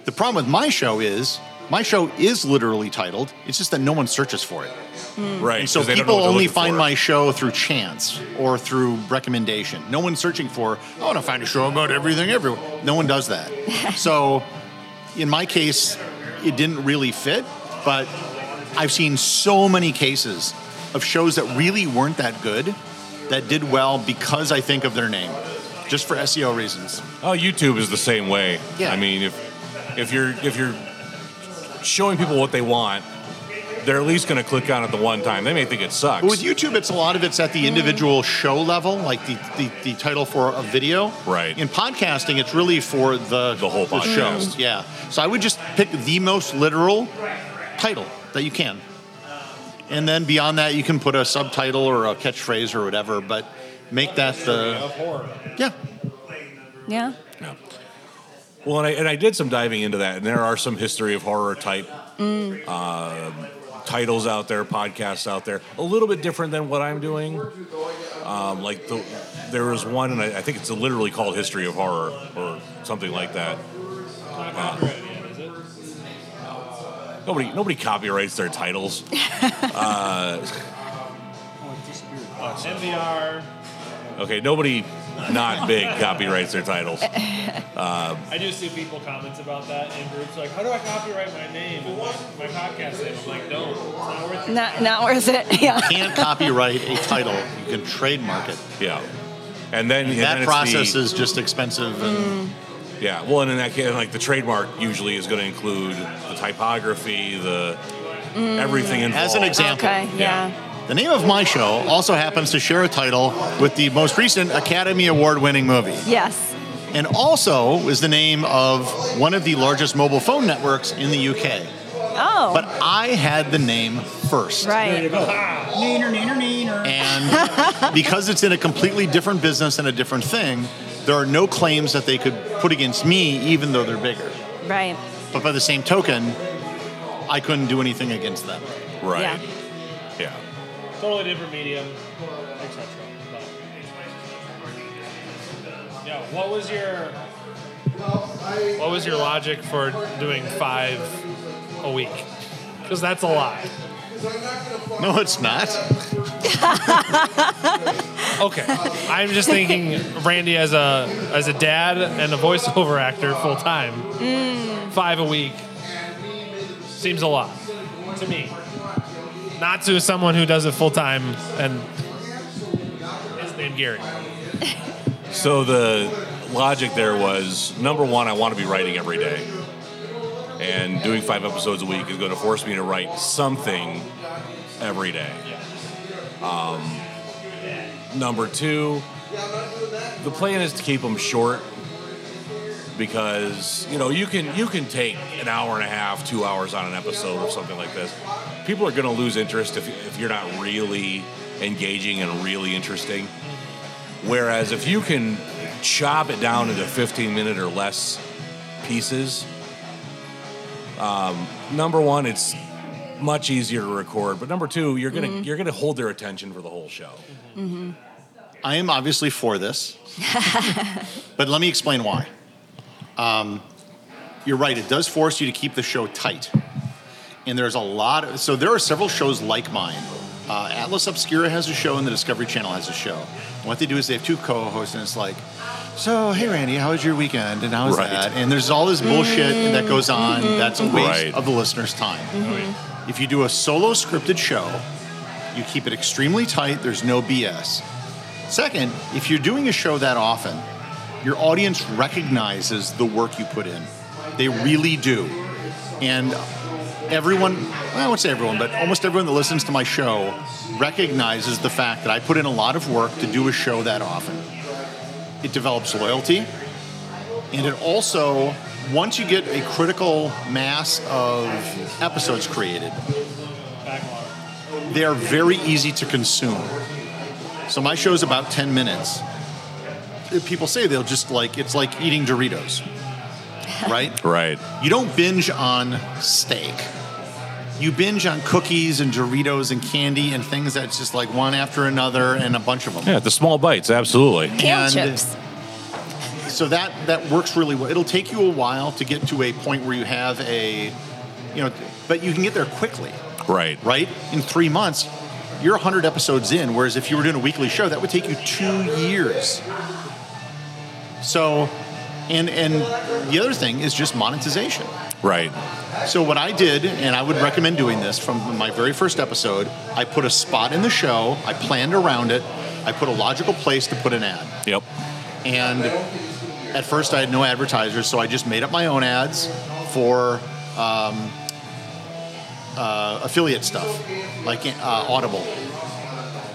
Speaker 4: The problem with my show is my show is literally titled. It's just that no one searches for it.
Speaker 6: Right.
Speaker 4: And so
Speaker 6: 'cause they don't
Speaker 4: people
Speaker 6: know what they're
Speaker 4: only
Speaker 6: looking
Speaker 4: find
Speaker 6: for.
Speaker 4: my show through chance or through recommendation. No one's searching for, I want to find a show about everything everywhere. No one does that. so in my case, it didn't really fit, but I've seen so many cases of shows that really weren't that good that did well because I think of their name, just for SEO reasons.
Speaker 6: Oh, YouTube is the same way.
Speaker 4: Yeah.
Speaker 6: I mean, if if you're if you're showing people what they want, they're at least going to click on it the one time. They may think it sucks.
Speaker 4: But with YouTube, it's a lot of it's at the individual show level, like the, the, the title for a video.
Speaker 6: Right.
Speaker 4: In podcasting, it's really for the
Speaker 6: The whole podcast.
Speaker 4: show. Yeah. So I would just pick the most literal title that you can, and then beyond that, you can put a subtitle or a catchphrase or whatever, but make that the yeah.
Speaker 3: Yeah.
Speaker 6: Well, and I, and I did some diving into that, and there are some history of horror type uh, titles out there, podcasts out there, a little bit different than what I'm doing. Um, like the, there was one, and I, I think it's literally called History of Horror or something like that. Uh, Nobody, nobody copyrights their titles.
Speaker 5: Oh,
Speaker 8: NVR.
Speaker 6: Okay, nobody not big copyrights their titles.
Speaker 8: I do see people comments about that in groups like, how do I copyright my name and my, my podcast name? I'm like, don't. It's not worth it.
Speaker 3: Not not worth it. Yeah.
Speaker 4: Can't copyright a title. You can trademark it.
Speaker 6: Yeah, and then and then
Speaker 4: that
Speaker 6: it's
Speaker 4: process
Speaker 6: the-
Speaker 4: is just expensive. And
Speaker 6: Yeah, well, and in that case, like the trademark usually is going to include the typography, the everything involved.
Speaker 4: As an example,
Speaker 3: Okay. Mm. Yeah.
Speaker 4: The name of my show also happens to share a title with the most recent Academy Award winning movie,
Speaker 3: Yes.
Speaker 4: and also is the name of one of the largest mobile phone networks in the UK.
Speaker 3: Oh.
Speaker 4: But I had the name first.
Speaker 7: There you
Speaker 3: right.
Speaker 7: go.
Speaker 5: Ah.
Speaker 7: Neener, neener, neener.
Speaker 4: And because it's in a completely different business and a different thing, there are no claims that they could put against me, even though they're bigger.
Speaker 3: Right.
Speaker 4: But by the same token, I couldn't do anything against them.
Speaker 6: right?
Speaker 3: Yeah.
Speaker 6: Yeah.
Speaker 8: Totally different medium, etc. But- Yeah, what was your
Speaker 1: What was your logic for doing five a week? Because that's a lot.
Speaker 4: No, it's not.
Speaker 1: Okay, I'm just thinking, Randy, as a as a dad and a voiceover actor full time, five a week seems a lot to me. Not to someone who does it full time and is named Gary.
Speaker 6: So the logic there was number one, I want to be writing every day, and doing five episodes a week is going to force me to write something every day. Um, number two, the plan is to keep them short because you know you can you can take an hour and a half, two hours on an episode or something like this. People are going to lose interest if, if you're not really engaging and really interesting. Whereas if you can chop it down into 15 minute or less pieces, um, number one, it's much easier to record. But number two, you're gonna you're gonna hold their attention for the whole show.
Speaker 4: I am obviously for this, but let me explain why. Um, you're right, it does force you to keep the show tight. And there's a lot of, so there are several shows like mine. Uh, Atlas Obscura has a show and the Discovery Channel has a show. And what they do is they have two co hosts, and it's like, so hey Randy, how was your weekend? And how was
Speaker 6: Right.
Speaker 4: that? And there's all this bullshit that goes on. That's a waste
Speaker 6: Right.
Speaker 4: of the listener's time. If you do a solo scripted show, you keep it extremely tight. There's no BS. Second, if you're doing a show that often, your audience recognizes the work you put in. They really do. And everyone, well, I won't say everyone, but almost everyone that listens to my show recognizes the fact that I put in a lot of work to do a show that often. It develops loyalty, and it also, once you get a critical mass of episodes created, they are very easy to consume. So my show is about 10 minutes. People say they'll just like, it's like eating Doritos, right?
Speaker 6: Right.
Speaker 4: You don't binge on steak. You binge on cookies and Doritos and candy and things that's just like one after another and a bunch of them.
Speaker 6: Yeah, the small bites, absolutely.
Speaker 3: Can
Speaker 4: And-
Speaker 3: chips.
Speaker 4: So that that works really well. It'll take you a while to get to a point where you have a, you know, but you can get there quickly,
Speaker 6: Right.
Speaker 4: right? In three months, you're 100 episodes in. Whereas if you were doing a weekly show, that would take you two years. So, and and the other thing is just monetization.
Speaker 6: Right.
Speaker 4: So what I did, and I would recommend doing this from my very first episode, I put a spot in the show, I planned around it, I put a logical place to put an ad.
Speaker 6: Yep.
Speaker 4: And at first I had no advertisers, so I just made up my own ads for um, uh, affiliate stuff, like uh, Audible.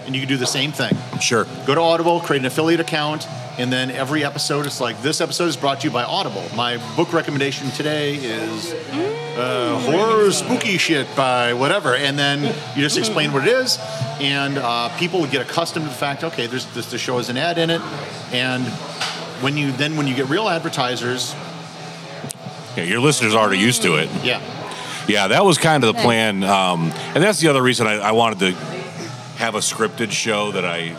Speaker 4: And you can do the same thing.
Speaker 6: Sure.
Speaker 4: Go to Audible, create an affiliate account, and then every episode it's like this episode is brought to you by Audible. My book recommendation today is uh,
Speaker 6: Mm.
Speaker 4: horror spooky shit by whatever, and then you just explain what it is, and uh, people get accustomed to the fact. Okay, there's this, the show has an ad in it, and when you then when you get real advertisers,
Speaker 6: Yeah, your listeners are already used to it.
Speaker 4: yeah,
Speaker 6: Yeah, that was kind of the
Speaker 3: Nice.
Speaker 6: plan, um, and that's the other reason I, I wanted to have a scripted show that I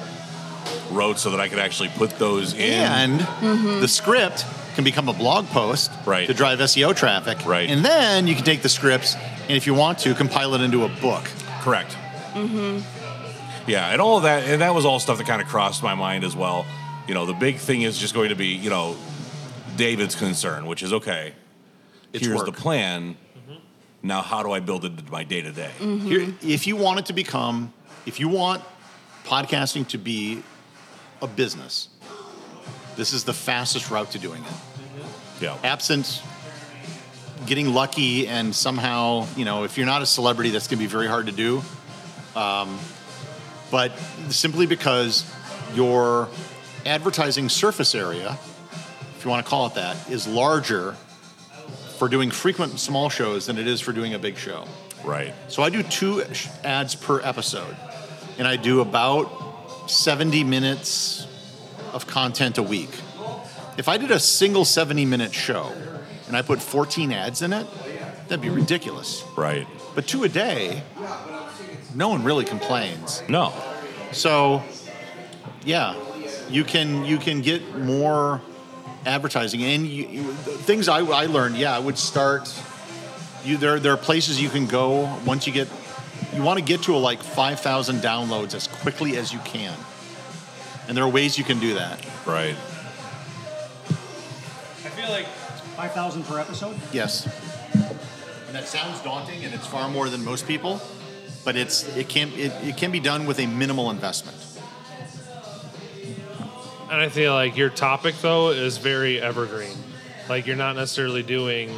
Speaker 6: wrote so that I could actually put those in.
Speaker 4: and the script can become a blog post
Speaker 6: Mm-hmm. Right.
Speaker 4: to drive SEO traffic,
Speaker 6: Right.
Speaker 4: and then you can take the scripts and if you want to compile it into a book.
Speaker 6: Correct. Mm-hmm. Yeah, and all of that, and that was all stuff that kind of crossed my mind as well. You know, the big thing is just going to be, you know, David's concern, which is okay.
Speaker 4: It's
Speaker 6: here's
Speaker 4: work.
Speaker 6: the plan. Now, how do I build it into my day to day?
Speaker 4: Here, if you want it to become, if you want podcasting to be a business, this is the fastest route to doing it.
Speaker 6: Yeah.
Speaker 4: Absent getting lucky and somehow, you know, if you're not a celebrity, that's going to be very hard to do. Um, but simply because your advertising surface area, if you want to call it that, is larger for doing frequent small shows than it is for doing a big show.
Speaker 6: Right.
Speaker 4: So I do two sh- ads per episode, and I do about 70 minutes of content a week. If I did a single 70 minute show and I put 14 ads in it, that'd be ridiculous.
Speaker 6: Right.
Speaker 4: But two a day, no one really complains.
Speaker 6: No.
Speaker 4: So, yeah, you can you can get more advertising, and you, you, things I, I learned. Yeah, I would start. You there there are places you can go once you get. You want to get to like five thousand downloads as quickly as you can, and there are ways you can do that.
Speaker 6: Right.
Speaker 8: I feel like
Speaker 7: 5,000 per episode?
Speaker 4: Yes, and that sounds daunting, and it's far more than most people, but it's it can it, it can be done with a minimal investment.
Speaker 1: And I feel like your topic though is very evergreen. Like you're not necessarily doing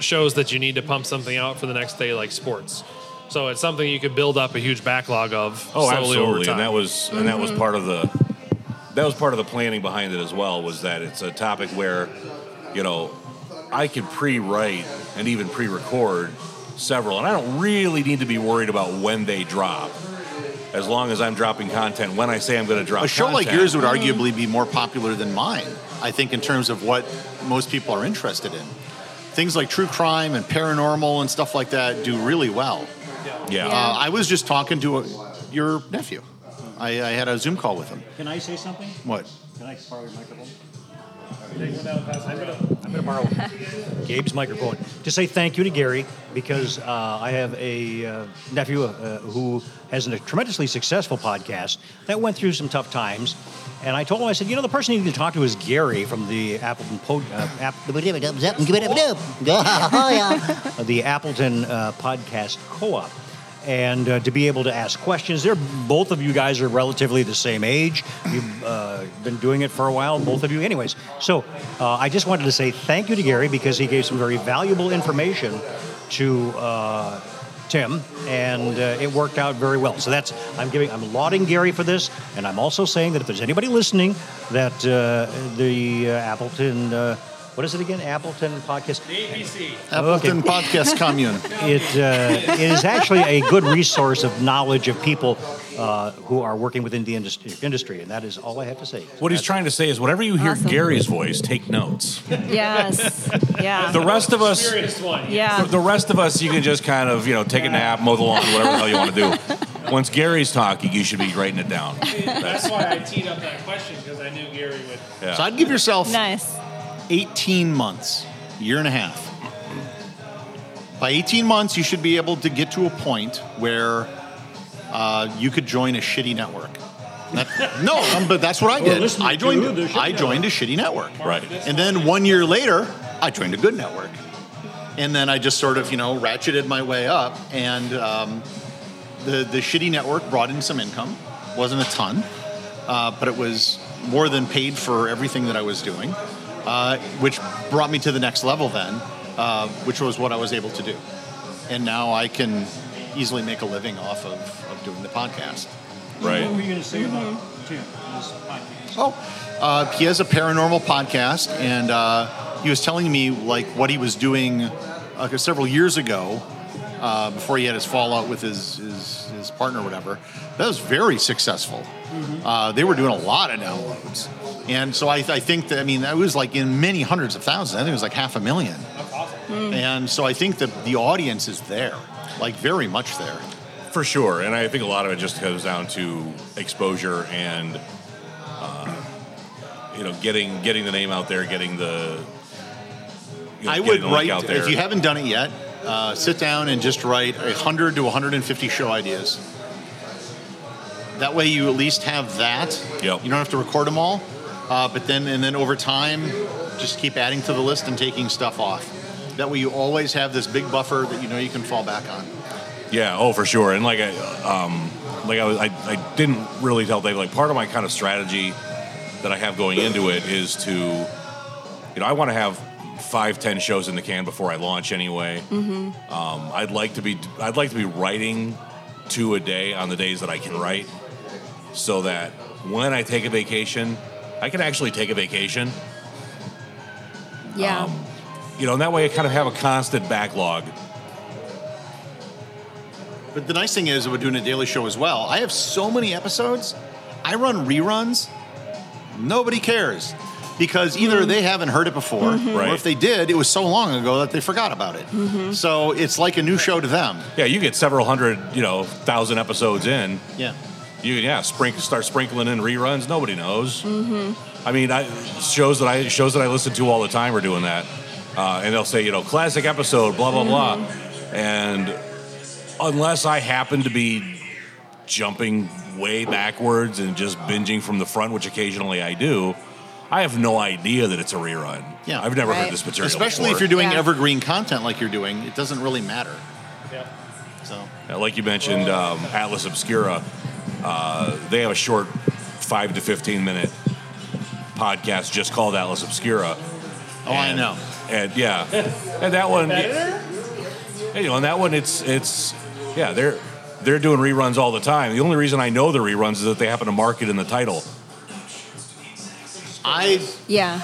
Speaker 1: shows that you need to pump something out for the next day, like sports. So it's something you could build up a huge backlog of.
Speaker 6: Oh,
Speaker 1: slowly Over
Speaker 6: absolutely.
Speaker 1: time.
Speaker 6: And that was and that was part of the that was part of the planning behind it as well was that it's a topic where you know I could pre-write and even pre-record several, and I don't really need to be worried about when they drop. As long as I'm dropping content when I say I'm going to drop
Speaker 4: A show like
Speaker 6: content.
Speaker 4: yours would arguably be more popular than mine, I think, in terms of what most people are interested in. Things like true crime and paranormal and stuff like that do really well.
Speaker 6: yeah.
Speaker 4: Uh, I was just talking to a, your nephew. I, I had a Zoom call with him.
Speaker 7: Can I say something?
Speaker 4: What?
Speaker 7: Can I borrow your microphone? I'm going to borrow Gabe's microphone. To say thank you to Gary because uh, I have a uh, nephew uh, who has a tremendously successful podcast that went through some tough times. And I told him, I said, you know, the person you need to talk to is Gary from the Appleton po- uh, App- the Appleton uh, Podcast Co-op. And uh, to be able to ask questions, they're both of you guys are relatively the same age. You've uh, been doing it for a while, both of you, anyways. So uh, I just wanted to say thank you to Gary because he gave some very valuable information to uh, Tim, and uh, it worked out very well. So that's I'm giving I'm lauding Gary for this, and I'm also saying that if there's anybody listening, that uh, the uh, Appleton. Uh, what is it again? Appleton podcast.
Speaker 8: ABC.
Speaker 4: Appleton Podcast Commune.
Speaker 7: It, uh, it is actually a good resource of knowledge of people uh, who are working within the industry, industry, and that is all I have to say.
Speaker 6: What he's trying to say is, whatever you hear
Speaker 3: Awesome.
Speaker 6: Gary's voice, take notes.
Speaker 3: Yes. Yeah.
Speaker 6: The rest of us,
Speaker 8: Experienced one.
Speaker 3: yeah.
Speaker 6: the rest of us, you can just kind of you know take a nap, mow the lawn, whatever the hell you want to do. Once Gary's talking, you should be writing it down.
Speaker 8: That's why I teed up that question because I knew Gary would.
Speaker 6: Yeah.
Speaker 4: So I'd give yourself
Speaker 3: Nice.
Speaker 4: 18 months, year and a half. By 18 months, you should be able to get to a point where uh, you could join a shitty network. That- no, um, but that's what I did.
Speaker 5: listen
Speaker 4: I
Speaker 5: to
Speaker 4: joined.
Speaker 5: the shitty
Speaker 4: I joined a shitty network.
Speaker 6: Right.
Speaker 4: And then one year later, I joined a good network. And then I just sort of, you know, ratcheted my way up. And um, the, the shitty network brought in some income. Wasn't a ton, uh, but it was more than paid for everything that I was doing, uh, which brought me to the next level then, uh, which was what I was able to do. And now I can easily make a living off of, of doing the podcast.
Speaker 6: Right.
Speaker 5: What were you going to say about Tim? and his podcast?
Speaker 4: Oh, uh, he has a paranormal podcast, and uh, he was telling me like what he was doing uh, several years ago uh, before he had his fallout with his his, his partner, or whatever. That was very successful. Uh, they were doing a lot of downloads, and so I, I think that I mean that was like in many hundreds of thousands. I think it was like half a million. And so I think that the audience is there, like very much there.
Speaker 6: For sure, and I think a lot of it just goes down to exposure and uh, you know getting getting the name out there, getting the. you know,
Speaker 4: I
Speaker 6: getting
Speaker 4: would
Speaker 6: the link
Speaker 4: write if you haven't done it yet. Uh, sit down and just write 100 to 150 show ideas. That way, you at least have that.
Speaker 6: Yep.
Speaker 4: You don't have to record them all, uh, but then and then over time, just keep adding to the list and taking stuff off. That way, you always have this big buffer that you know you can fall back on.
Speaker 6: Yeah, oh for sure. And like I um like I was I, I didn't really tell Dave like part of my kind of strategy that I have going into it is to you know, I want to have five, ten shows in the can before I launch anyway. Um, I'd like to be I'd like to be writing two a day on the days that I can write so that when I take a vacation, I can actually take a vacation
Speaker 3: Yeah.
Speaker 6: you know, and that way I kind of have a constant backlog.
Speaker 4: But the nice thing is, we're doing a daily show as well. I have so many episodes. I run reruns. Nobody cares because either they haven't heard it before,
Speaker 6: Right.
Speaker 4: or if they did, it was so long ago that they forgot about it. So it's like a new show to them.
Speaker 6: Yeah, you get several hundred, you know, thousand episodes in,
Speaker 4: Yeah.
Speaker 6: You yeah, sprink, start sprinkling in reruns. Nobody knows. Mm-hmm. I mean, I, shows that I shows that I listen to all the time are doing that, uh, and they'll say you know classic episode, blah blah
Speaker 4: Mm-hmm.
Speaker 6: blah, and unless I happen to be jumping way backwards and just binging from the front, which occasionally I do, I have no idea that it's a rerun.
Speaker 4: Yeah.
Speaker 6: I've never
Speaker 3: Right.
Speaker 6: heard this material.
Speaker 4: Especially if
Speaker 6: before.
Speaker 4: you're doing
Speaker 3: Yeah.
Speaker 4: evergreen content like you're doing, it doesn't really matter. Yeah. So
Speaker 6: Uh, like you mentioned, um, Atlas Obscura, uh, they have a short five to 15 minute podcast just called Atlas Obscura.
Speaker 4: Oh, I know.
Speaker 6: And yeah, and that one, you know, and that one, it's, it's, yeah, they're, they're doing reruns all the time. The only reason I know the reruns is that they happen to market in the title.
Speaker 4: I
Speaker 3: yeah.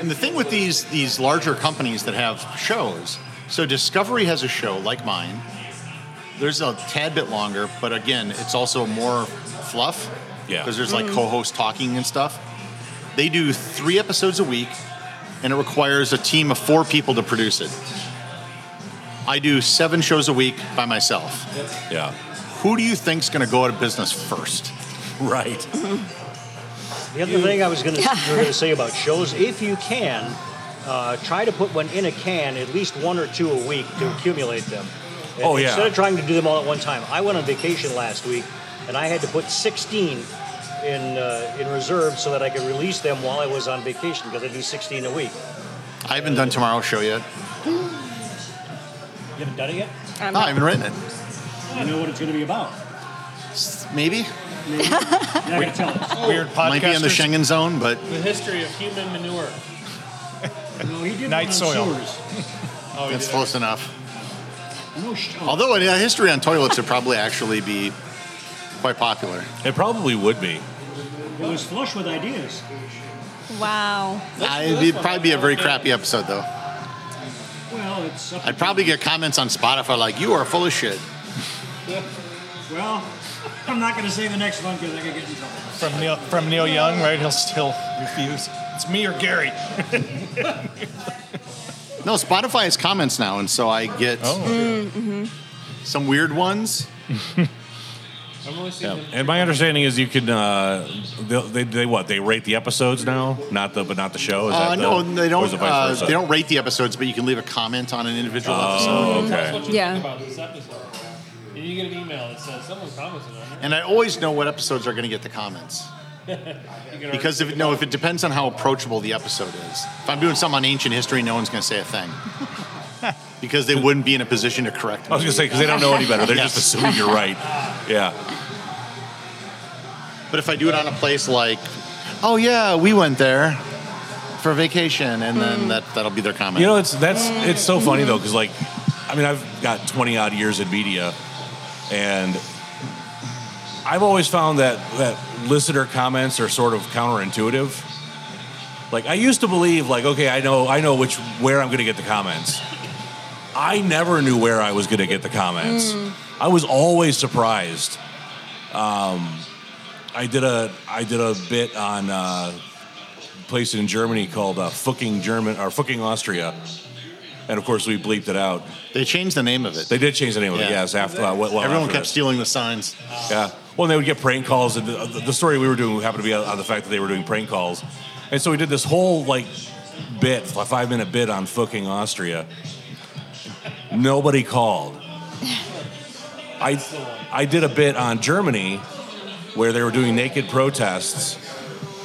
Speaker 4: And the thing with these these larger companies that have shows, so Discovery has a show like mine. There's a tad bit longer, but again, it's also more fluff.
Speaker 6: Yeah.
Speaker 4: Because there's
Speaker 3: Mm.
Speaker 4: like co-host talking and stuff. They do three episodes a week, and it requires a team of four people to produce it. I do seven shows a week by myself.
Speaker 6: Yeah.
Speaker 4: Who do you think's going to go out of business first?
Speaker 6: Right.
Speaker 7: The other thing I was going to say about shows, if you can, uh, try to put one in a can, at least one or two a week to accumulate them.
Speaker 6: Oh, yeah.
Speaker 7: Instead of trying to do them all at one time. I went on vacation last week, and I had to put 16 in uh, in reserve so that I could release them while I was on vacation because I do 16 a week.
Speaker 4: I haven't done tomorrow's show yet.
Speaker 7: You haven't done it yet.
Speaker 3: I'm
Speaker 4: No, I
Speaker 3: not,
Speaker 4: haven't written it.
Speaker 9: You know what it's going to be about.
Speaker 4: Maybe.
Speaker 9: You're not going to tell us.
Speaker 2: Weird podcast.
Speaker 4: Might be in the Schengen zone, but
Speaker 8: The history of human manure.
Speaker 9: No, he did
Speaker 2: Night
Speaker 9: one on
Speaker 2: soil.
Speaker 9: sewers.
Speaker 6: Oh,
Speaker 4: it's close enough.
Speaker 9: No, sh- oh,
Speaker 4: Although a history on toilets would probably actually be quite popular.
Speaker 6: It probably would be.
Speaker 9: it was flush with ideas.
Speaker 3: wow.
Speaker 4: I, it'd probably be a very crappy episode, though.
Speaker 9: Well, it's up to
Speaker 4: I'd probably get comments on Spotify like, "You are full of shit."
Speaker 9: Well, I'm not going to say the next one because I could get in trouble.
Speaker 2: From Neil, from Neil Young, right? He'll still refuse. It's me or Gary.
Speaker 4: No, Spotify has comments now, and so I get
Speaker 6: Oh.
Speaker 4: some weird ones.
Speaker 8: I've only seen
Speaker 6: Yeah.
Speaker 8: them.
Speaker 6: And my understanding is you can uh, they, they, they what they rate the episodes now, not the but not the show. Is
Speaker 4: Uh,
Speaker 6: that the-
Speaker 4: no, they
Speaker 6: or
Speaker 4: don't.
Speaker 6: is it vice
Speaker 4: Uh,
Speaker 6: versa?
Speaker 4: they don't rate the episodes, but you can leave a comment on an individual episode.
Speaker 6: Oh,
Speaker 8: That's
Speaker 6: okay.
Speaker 8: what you
Speaker 3: Yeah.
Speaker 8: think about this episode. And you get an email that says someone commented on
Speaker 4: And I always know what episodes are going to get the comments
Speaker 8: it. You can
Speaker 4: because if no, if it depends on how approachable the episode is. If I'm doing something on ancient history, no one's going to say a thing because they wouldn't be in a position to correct
Speaker 6: I was
Speaker 4: me.
Speaker 6: gonna say because they don't know any better. They're just
Speaker 4: Yes.
Speaker 6: assuming you're right. Yeah.
Speaker 4: But if I do it on a place like, "Oh yeah, we went there for vacation," and then that that'll be their comment.
Speaker 6: You know, it's that's it's so funny though, because like, I mean, I've got twenty odd years in media, and I've always found that that listener comments are sort of counterintuitive. Like, I used to believe, like, okay, I know, I know which where I'm going to get the comments. I never knew where I was going to get the comments. I was always surprised. Um, I did a I did a bit on. Uh, place in Germany called uh, Fucking German or Fucking Austria, and of course we bleeped it out.
Speaker 4: they changed the name of it.
Speaker 6: They did change the name of it.
Speaker 4: Yeah.
Speaker 6: Yes, after uh, well,
Speaker 4: Everyone
Speaker 6: after
Speaker 4: kept
Speaker 6: it.
Speaker 4: stealing the signs.
Speaker 6: Yeah. Well, and they would get prank calls, and the, the story we were doing happened to be on the fact that they were doing prank calls, and so we did this whole like bit, a five minute bit on Fucking Austria. Nobody called. I I did a bit on Germany where they were doing naked protests,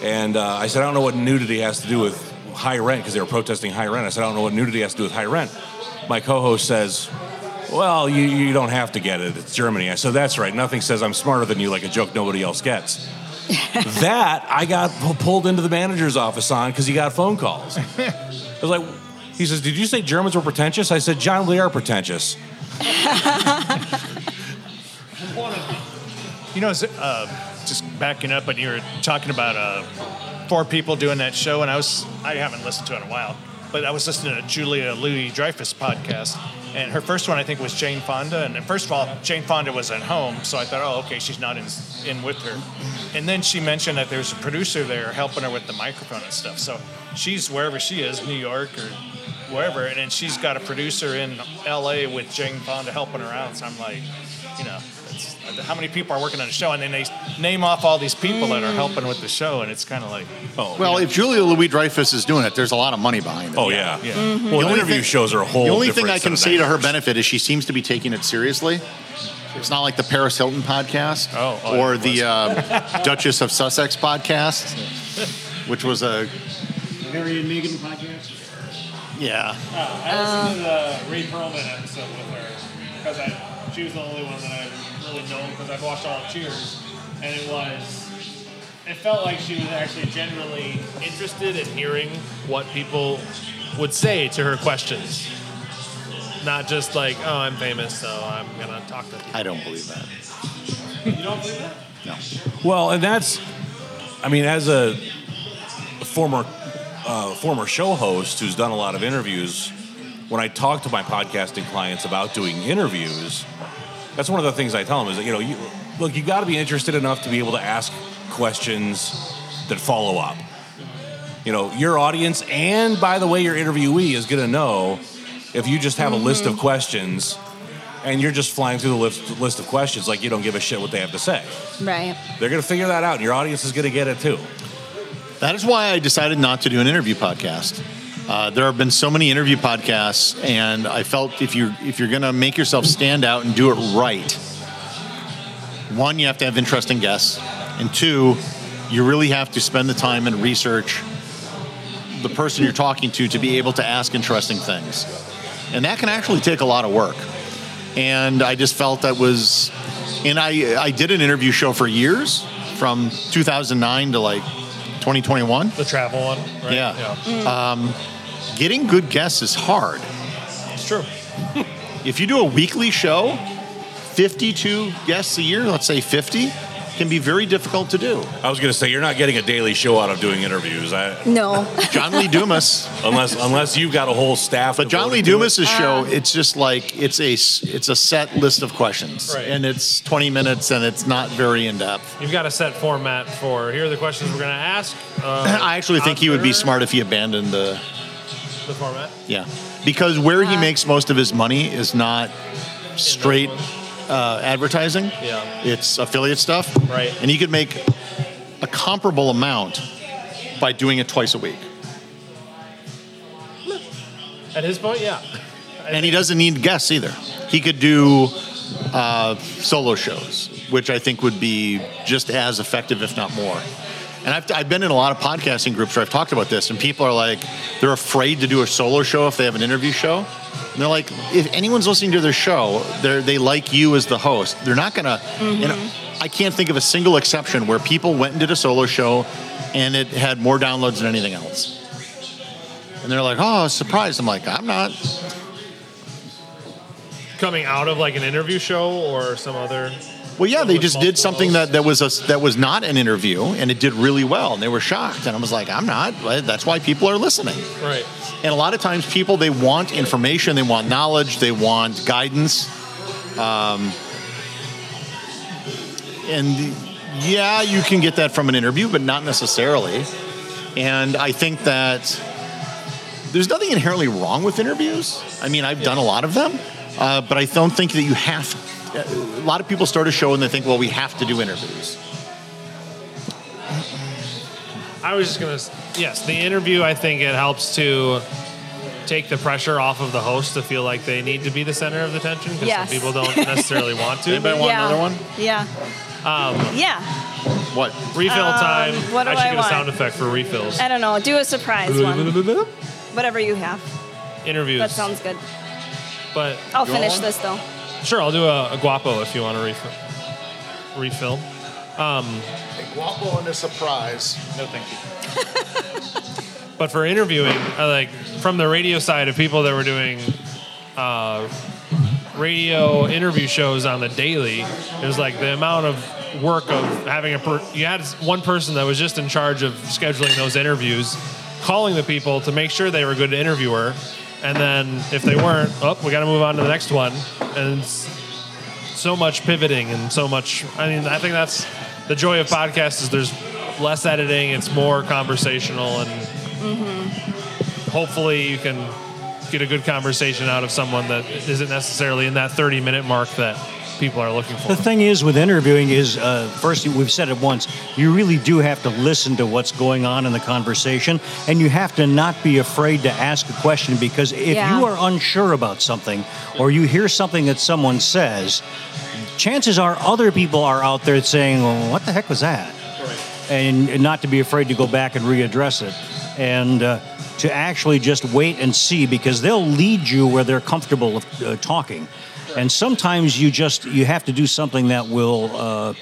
Speaker 6: and uh, I said I don't know what nudity has to do with high rent because they were protesting high rent. I said I don't know what nudity has to do with high rent. My co-host says, "Well, you, you don't have to get it. It's Germany." I said, "That's right. Nothing says I'm smarter than you like a joke nobody else gets." that I got pu- pulled into the manager's office on because he got phone calls. I was like, he says, "Did you say Germans were pretentious?" I said, "John, we are pretentious."
Speaker 2: You know, is it, uh, just backing up, and you were talking about uh, four people doing that show, and I was—I haven't listened to it in a while, but I was listening to Julia Louis Dreyfus podcast, and her first one I think was Jane Fonda, and first of all, Jane Fonda was at home, so I thought, oh, okay, she's not in in with her, and then she mentioned that there was a producer there helping her with the microphone and stuff, so she's wherever she is, New York or wherever, and then she's got a producer in L.A. with Jane Fonda helping her out, so I'm like, you know. it's- How many people are working on the show, and then they name off all these people that are helping with the show, and it's kind of like, oh,
Speaker 4: Well, if Julia Louis Dreyfus is doing it, there's a lot of money behind it.
Speaker 6: Oh yeah.
Speaker 2: yeah.
Speaker 7: Mm-hmm.
Speaker 6: Well,
Speaker 4: The only
Speaker 6: interview
Speaker 4: thing-
Speaker 6: shows are a whole.
Speaker 4: The only
Speaker 6: different
Speaker 4: thing I
Speaker 6: set
Speaker 4: can
Speaker 6: of
Speaker 4: say to her
Speaker 6: dynamics.
Speaker 4: benefit is she seems to be taking it seriously. It's not like the Paris Hilton podcast
Speaker 2: Oh, oh,
Speaker 4: or
Speaker 2: it was.
Speaker 4: the uh, Duchess of Sussex podcast, which was a
Speaker 9: Harry and Megan podcast.
Speaker 4: yeah.
Speaker 3: Uh,
Speaker 8: I listened to the Reed Perlman episode with her because I she was the only one that I really know because I've watched all of Cheers, and it was it felt like she was actually genuinely interested in hearing
Speaker 1: what people would say to her questions. Not just like, oh, I'm famous, so I'm gonna talk to people.
Speaker 4: I don't believe that.
Speaker 8: You don't believe that?
Speaker 4: No.
Speaker 6: Well, and that's, I mean, as a former uh, former show host who's done a lot of interviews, when I talk to my podcasting clients about doing interviews, that's one of the things I tell them is that you know, you, look, you got to be interested enough to be able to ask questions that follow up. You know, your audience, and by the way, your interviewee is going to know if you just have a list of questions and you're just flying through the list, list of questions like you don't give a shit what they have to say
Speaker 3: Right.
Speaker 6: they're going to figure that out and your audience is going to get it too
Speaker 4: That is why I decided not to do an interview podcast. Uh, there have been so many interview podcasts, and I felt if you if you're going to make yourself stand out and do it right, one, you have to have interesting guests, and two, you really have to spend the time and research the person you're talking to to be able to ask interesting things, and that can actually take a lot of work. And I just felt that was, and I I did an interview show for years, from 2009 to like 2021.
Speaker 8: The travel one. Right?
Speaker 4: Yeah. Getting good guests is hard.
Speaker 8: It's true.
Speaker 4: If you do a weekly show, 52 guests a year, let's say 50, can be very difficult to do.
Speaker 6: I was gonna say you're not getting a daily show out of doing interviews, I,
Speaker 3: No.
Speaker 4: John Lee Dumas,
Speaker 6: unless unless you've got a whole staff.
Speaker 4: but John Lee
Speaker 6: devoted to it.
Speaker 4: Dumas's show, it's just like it's a s- it's a set list of questions,
Speaker 8: Right.
Speaker 4: and it's 20 minutes, and it's not very in depth.
Speaker 8: You've got a set format for here are the questions we're going to ask. Uh,
Speaker 4: I actually think he would be
Speaker 8: author,
Speaker 4: smart if he abandoned the
Speaker 8: The format.
Speaker 4: Yeah, because where he makes most of his money is not straight
Speaker 8: ones.
Speaker 4: uh, advertising.
Speaker 8: Yeah.
Speaker 4: it's affiliate stuff.
Speaker 8: Right.
Speaker 4: and he could make a comparable amount by doing it twice a week,
Speaker 8: At his point, yeah.
Speaker 4: and he doesn't need guests either. He could do uh, solo shows, which I think would be just as effective, if not more. And I've, I've been in a lot of podcasting groups where I've talked about this, and people are like, they're afraid to do a solo show if they have an interview show. And they're like, if anyone's listening to their show, they they like you as the host. They're not gonna. And I can't think of a single exception where people went and did a solo show, and it had more downloads than anything else. And they're like, oh, surprised. I'm like, I'm not.
Speaker 8: Coming out of like an interview show or some other.
Speaker 4: Well, yeah, they
Speaker 8: with
Speaker 4: just did
Speaker 8: multiple
Speaker 4: something
Speaker 8: roles.
Speaker 4: that, that was a, that was not an interview, and it did really well, and they were shocked. And I was like, I'm not. That's why people are listening.
Speaker 8: Right.
Speaker 4: And a lot of times, people they want information, they want knowledge, they want guidance. Um, and yeah, you can get that from an interview, but not necessarily. And I think that there's nothing inherently wrong with interviews. I mean, I've done a lot of them, uh, but I don't think that you have. uh, A lot of people start a show and they think, well, we have to do interviews.
Speaker 8: I was just gonna. s- Yes, the interview. I think it helps to take the pressure off of the host to feel like they need to be the center of attention because
Speaker 3: Yes.
Speaker 8: some people don't necessarily want to.
Speaker 4: Anybody want
Speaker 3: yeah.
Speaker 4: another one?
Speaker 3: Yeah. yeah.
Speaker 4: What?
Speaker 8: Refill
Speaker 3: Um,
Speaker 8: time.
Speaker 3: what do
Speaker 8: I should
Speaker 3: I
Speaker 8: get
Speaker 3: want?
Speaker 8: a sound effect for refills.
Speaker 3: I don't know. Do a surprise one. Whatever you have.
Speaker 8: Interviews.
Speaker 3: That sounds good.
Speaker 8: But
Speaker 3: I'll
Speaker 4: You want
Speaker 3: finish
Speaker 4: one?
Speaker 3: this though.
Speaker 8: sure, I'll do a, a guapo if you want to refill. Refill.
Speaker 4: Guapo and a surprise. No, thank you.
Speaker 8: But for interviewing, I like from the radio side of people that were doing uh, radio interview shows on the daily, it was like the amount of work of having a per- you had one person that was just in charge of scheduling those interviews, calling the people to make sure they were a good interviewer, and then if they weren't, oh, we got to move on to the next one, and it's so much pivoting and so much. I mean, I think that's the joy of podcasts is there's less editing, it's more conversational and hopefully you can get a good conversation out of someone that isn't necessarily in that 30 minute mark that people are looking for.
Speaker 7: The thing is with interviewing is uh, first we've said it once. You really do have to listen to what's going on in the conversation, and you have to not be afraid to ask a question because if
Speaker 3: Yeah.
Speaker 7: you are unsure about something or you hear something that someone says, chances are other people are out there saying, well, "What the heck was that?" And, and not to be afraid to go back and readdress it, and. Uh, to actually just wait and see because they'll lead you where they're comfortable of, uh, talking and sometimes you just you have to do something that will uh,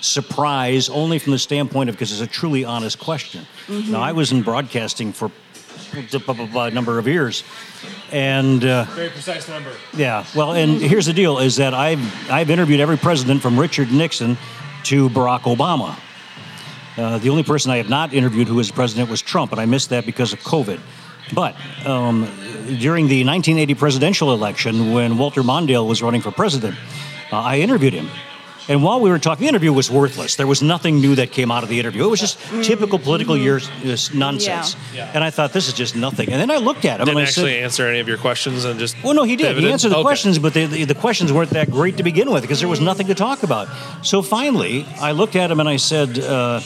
Speaker 7: surprise only from the standpoint of because it's a truly honest question now i was in broadcasting for a number of years and uh,
Speaker 1: Very precise number.
Speaker 7: yeah. Well, and here's the deal: is that I've I've interviewed every president from Richard Nixon to Barack Obama. Uh, the only person I have not interviewed who was president was Trump, and I missed that because of COVID. But um, during the 1980 presidential election, when Walter Mondale was running for president, uh, I interviewed him. And while we were talking, the interview was worthless. There was nothing new that came out of the interview. It was just typical political years years nonsense.
Speaker 8: Yeah. Yeah.
Speaker 7: And I thought, this is just nothing. And then I looked at him
Speaker 8: Didn't
Speaker 7: and I said,
Speaker 8: actually answer any of your questions and just.
Speaker 7: well, no, he did. He
Speaker 8: pivoted?
Speaker 7: answered the
Speaker 8: Okay.
Speaker 7: questions, but the, the, the questions weren't that great to begin with because there was nothing to talk about. So finally, I looked at him and I said, uh,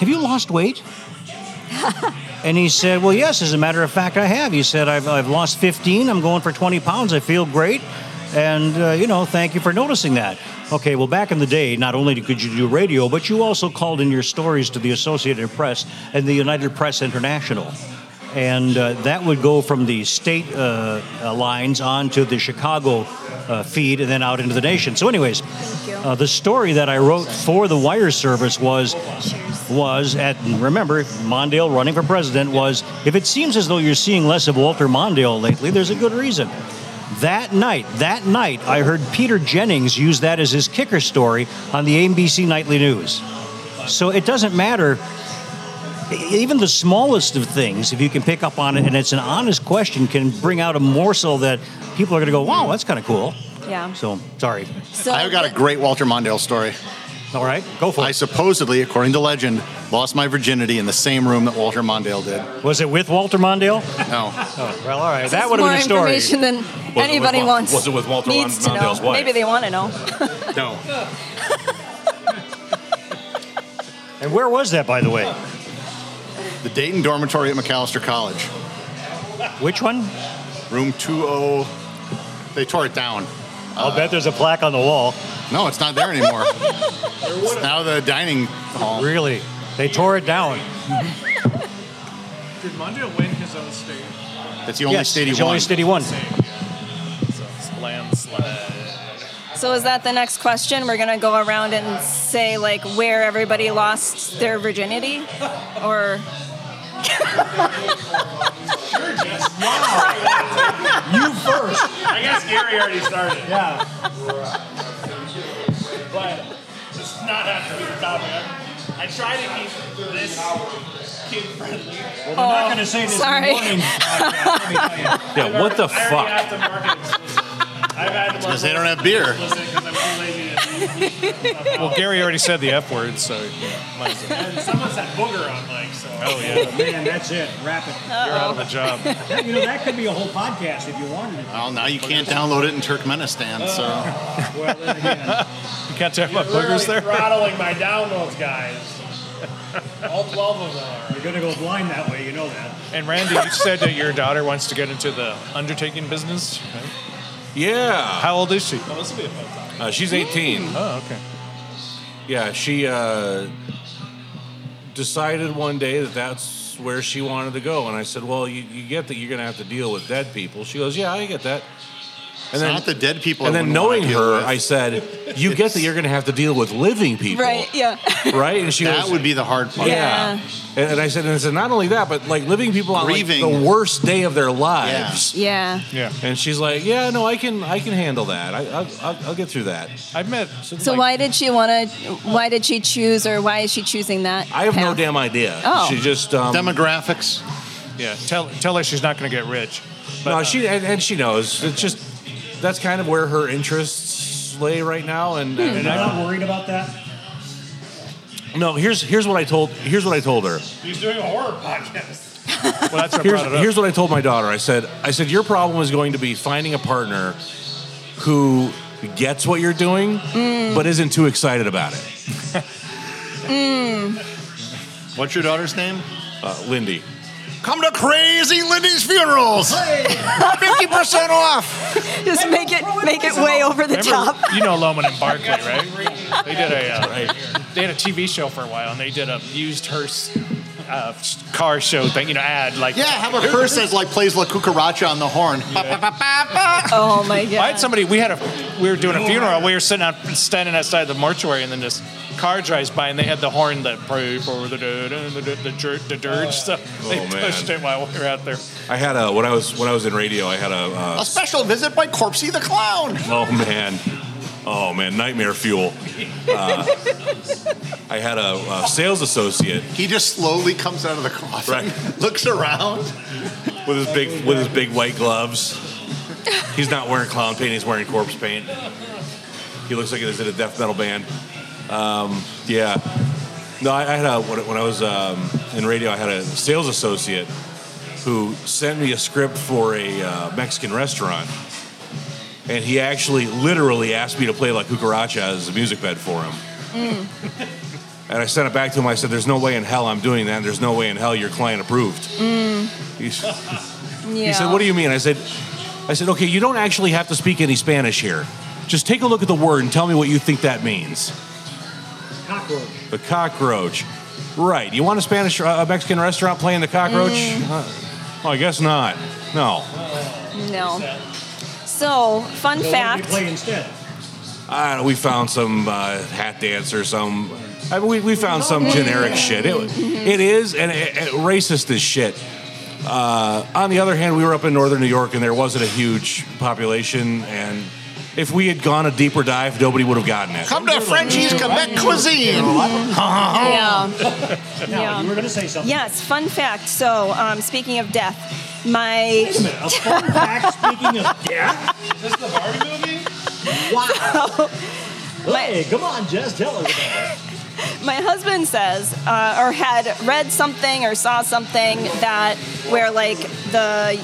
Speaker 7: Have you lost weight? And he said, Well, yes, as a matter of fact, I have. He said, I've, I've lost 15. I'm going for 20 pounds. I feel great. And, uh, you know, thank you for noticing that. Okay, well, back in the day, not only could you do radio, but you also called in your stories to the Associated Press and the United Press International. And uh, that would go from the state uh, uh, lines on to the Chicago uh, feed and then out into the nation. So, anyways, uh, the story that I wrote for the wire service was was at remember Mondale running for president was if it seems as though you're seeing less of Walter Mondale lately, there's a good reason. That night, that night, I heard Peter Jennings use that as his kicker story on the ABC Nightly News. So it doesn't matter. Even the smallest of things, if you can pick up on it, and it's an honest question, can bring out a morsel that people are going to go, "Wow, that's kind of cool."
Speaker 3: Yeah.
Speaker 7: So sorry.
Speaker 3: So
Speaker 4: I've got a
Speaker 3: the-
Speaker 4: great Walter Mondale story.
Speaker 7: All right, go for
Speaker 4: I
Speaker 7: it.
Speaker 4: supposedly, according to legend, lost my virginity in the same room that Walter Mondale did.
Speaker 7: Was it with Walter Mondale?
Speaker 4: No.
Speaker 7: Well, all right,
Speaker 3: This
Speaker 7: that
Speaker 3: is
Speaker 7: would have been a
Speaker 3: More
Speaker 7: story.
Speaker 3: information than
Speaker 6: Wal-
Speaker 3: anybody wants.
Speaker 6: was it with Walter
Speaker 3: needs to
Speaker 6: Mondale's
Speaker 3: know.
Speaker 6: wife?
Speaker 3: Maybe they want to know.
Speaker 4: No.
Speaker 7: And where was that, by the way?
Speaker 4: The Dayton dormitory at McAllister College,
Speaker 7: Which one?
Speaker 4: room 20. They tore it down.
Speaker 2: Uh,
Speaker 7: I'll bet there's a plaque on the wall.
Speaker 4: No, it's not there anymore. it's now the dining hall.
Speaker 7: Really? They tore it down.
Speaker 8: Did Mondale win his own state?
Speaker 4: That's the only
Speaker 7: yes,
Speaker 4: state he
Speaker 7: it's
Speaker 4: won.
Speaker 7: only state he won.
Speaker 3: So is that the next question? We're gonna go around and say like where everybody lost their virginity, or
Speaker 9: You first.
Speaker 8: I guess Gary already started.
Speaker 9: Yeah.
Speaker 8: but this does not have to be the topic. I try to keep this kid friendly.
Speaker 9: Well, we're not going to say this in the
Speaker 3: sorry.
Speaker 9: morning Oh, podcast, let me tell you.
Speaker 6: Yeah, what the
Speaker 8: I already
Speaker 6: fuck?
Speaker 8: have to market explicit. I've had to market
Speaker 4: Because they don't have beer.
Speaker 8: explicit 'cause I'm too lazy to-
Speaker 2: Well, Gary already said the F word, so you might as well.
Speaker 8: and someone said booger on Mike, so. Oh, yeah.
Speaker 9: Man, that's it. Wrap it.
Speaker 2: you're out of a job.
Speaker 9: That- you know, that could be a whole podcast if you wanted it.
Speaker 4: Well, now you can't download it in Turkmenistan,
Speaker 6: Uh.
Speaker 4: so
Speaker 9: Well, then again,
Speaker 2: You can't talk about
Speaker 8: Literally
Speaker 2: boogers there.
Speaker 8: throttling my downloads, guys. All 12 of them are.
Speaker 9: you're going to go blind that way. You know that.
Speaker 2: And Randy, you said that your daughter wants to get into the undertaking business. right?
Speaker 6: Yeah.
Speaker 2: How old is she?
Speaker 8: Oh, this will be a fun time.
Speaker 6: Uh, she's 18.
Speaker 2: Oh, okay.
Speaker 6: Yeah, she uh, decided one day that that's where she wanted to go. And I said, Well, you, you get that you're going to have to deal with dead people. She goes, Yeah, I get that.
Speaker 4: it's not the dead people. I
Speaker 6: And then
Speaker 4: wouldn't wanna
Speaker 6: knowing
Speaker 4: deal
Speaker 6: her,
Speaker 4: with.
Speaker 6: I said, You get that you're going to have to deal with living people.
Speaker 3: right? Yeah.
Speaker 6: Right? And she
Speaker 4: that
Speaker 6: goes,
Speaker 4: would be the hard part.
Speaker 6: Oh, Yeah. And, and I said, and I said, not only that, but like living people on like,
Speaker 4: Grieving.
Speaker 6: the worst day of their lives.
Speaker 3: yeah.
Speaker 2: Yeah.
Speaker 6: And she's like, yeah, no, I can, I can handle that. I, I'll, I'll, I'll get through that.
Speaker 2: I've met.
Speaker 3: So
Speaker 2: like,
Speaker 3: why did she want to? Why did she choose, or why is she choosing that?
Speaker 6: I have no
Speaker 3: path?
Speaker 6: damn idea.
Speaker 3: Oh.
Speaker 6: She just, um,
Speaker 4: Demographics.
Speaker 2: Yeah. Tell tell her she's not going to get rich.
Speaker 6: no, she, and, and she knows. It's just, that's kind of where her interests lay right now. And,
Speaker 3: Hmm.
Speaker 6: and
Speaker 9: You're not worried about that?
Speaker 6: no, here's, here's what I told, here's what I told her.
Speaker 8: He's doing a horror podcast.
Speaker 2: Well, that's what I
Speaker 6: here's,
Speaker 2: brought it up.
Speaker 6: here's what I told my daughter. I said, I said, your problem is going to be finding a partner who gets what you're doing, but isn't too excited about it.
Speaker 4: What's your daughter's name?
Speaker 6: Uh, Lindy.
Speaker 4: Come to Crazy Lindy's funerals. Fifty percent off.
Speaker 3: Just make it make it way over the top.
Speaker 2: Remember, you know Loman and Barkley, right? They did a uh, they had a TV show for a while, and they did a used her s- uh, s- car show thing, you know, ad like.
Speaker 4: Yeah, have a curse that's like plays La Cucaracha on the horn.
Speaker 3: Oh my
Speaker 2: I had
Speaker 3: god.
Speaker 2: somebody. We had a we were doing a funeral. We were sitting out standing outside the mortuary, and then this car drives by, and they had the horn that pray for the du- du- du- du- the dirge, the dirge stuff. They
Speaker 6: man.
Speaker 2: pushed it while we were out there.
Speaker 6: I had a when I was when I was in radio. I had a uh,
Speaker 4: A special visit by Corpsey the Clown.
Speaker 6: oh man, oh man, nightmare fuel. Uh, I had a, uh sales associate
Speaker 4: He just slowly comes out of the coffin,
Speaker 6: Right.
Speaker 4: looks around.
Speaker 6: with his big with his big white gloves. He's not wearing clown paint. He's wearing corpse paint. He looks like he's in a death metal band. Um, yeah. No, I, I had a when, when I was um, in radio. I had a sales associate who sent me a script for a uh, Mexican restaurant, and he actually literally asked me to play La Cucaracha as a music bed for him. And I sent it back to him. I said, "There's no way in hell I'm doing that. and There's no way in hell your client approved." He, s-
Speaker 3: Yeah.
Speaker 6: he said, "What do you mean?" I said, "I said, okay, you don't actually have to speak any Spanish here. Just take a look at the word and tell me what you think that means."
Speaker 9: Cockroach.
Speaker 6: The cockroach. Right. You want a Spanish, uh, a Mexican restaurant playing the cockroach? Uh, well, I guess not. No.
Speaker 3: No. So, fun
Speaker 9: So What do
Speaker 3: fact.
Speaker 9: we play instead?
Speaker 6: Uh, we found some uh, hat dancer, some. I mean, we, we found some generic shit. It, it is and it, it- racist as shit. Uh, on the other hand, we were up in northern New York and there wasn't a huge population. And if we had gone a deeper dive, nobody would have gotten it.
Speaker 4: Come to Frenchie's Quebec cuisine.
Speaker 3: Yeah.
Speaker 9: Now,
Speaker 3: Yeah.
Speaker 9: you were going to say something.
Speaker 3: Yes, fun fact. So, um, speaking of death, my
Speaker 9: Wait a minute. A fun fact, speaking of death.
Speaker 8: Is this the Barbie movie?
Speaker 9: Wow.
Speaker 3: my-
Speaker 9: Hey, come on, Jess, tell us about it.
Speaker 3: my husband says uh, or had read something or saw something that where like the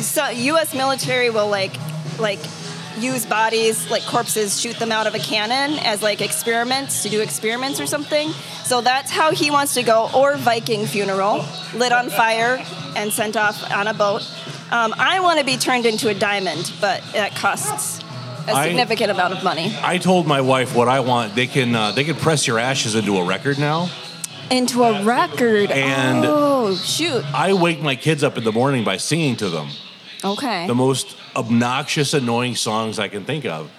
Speaker 3: so U.S. military will like like use bodies like corpses shoot them out of a cannon as like experiments to do experiments or something so that's how he wants to go or viking funeral lit on fire and sent off on a boat um, i want to be turned into a diamond but that costs a
Speaker 6: I-
Speaker 3: significant amount of money
Speaker 6: I told my wife what I want. They can uh, they can press your ashes into a record now.
Speaker 3: into a record
Speaker 6: And-
Speaker 3: oh shoot
Speaker 6: I wake my kids up in the morning by singing to them.
Speaker 3: okay
Speaker 6: the most obnoxious, annoying songs I can think of.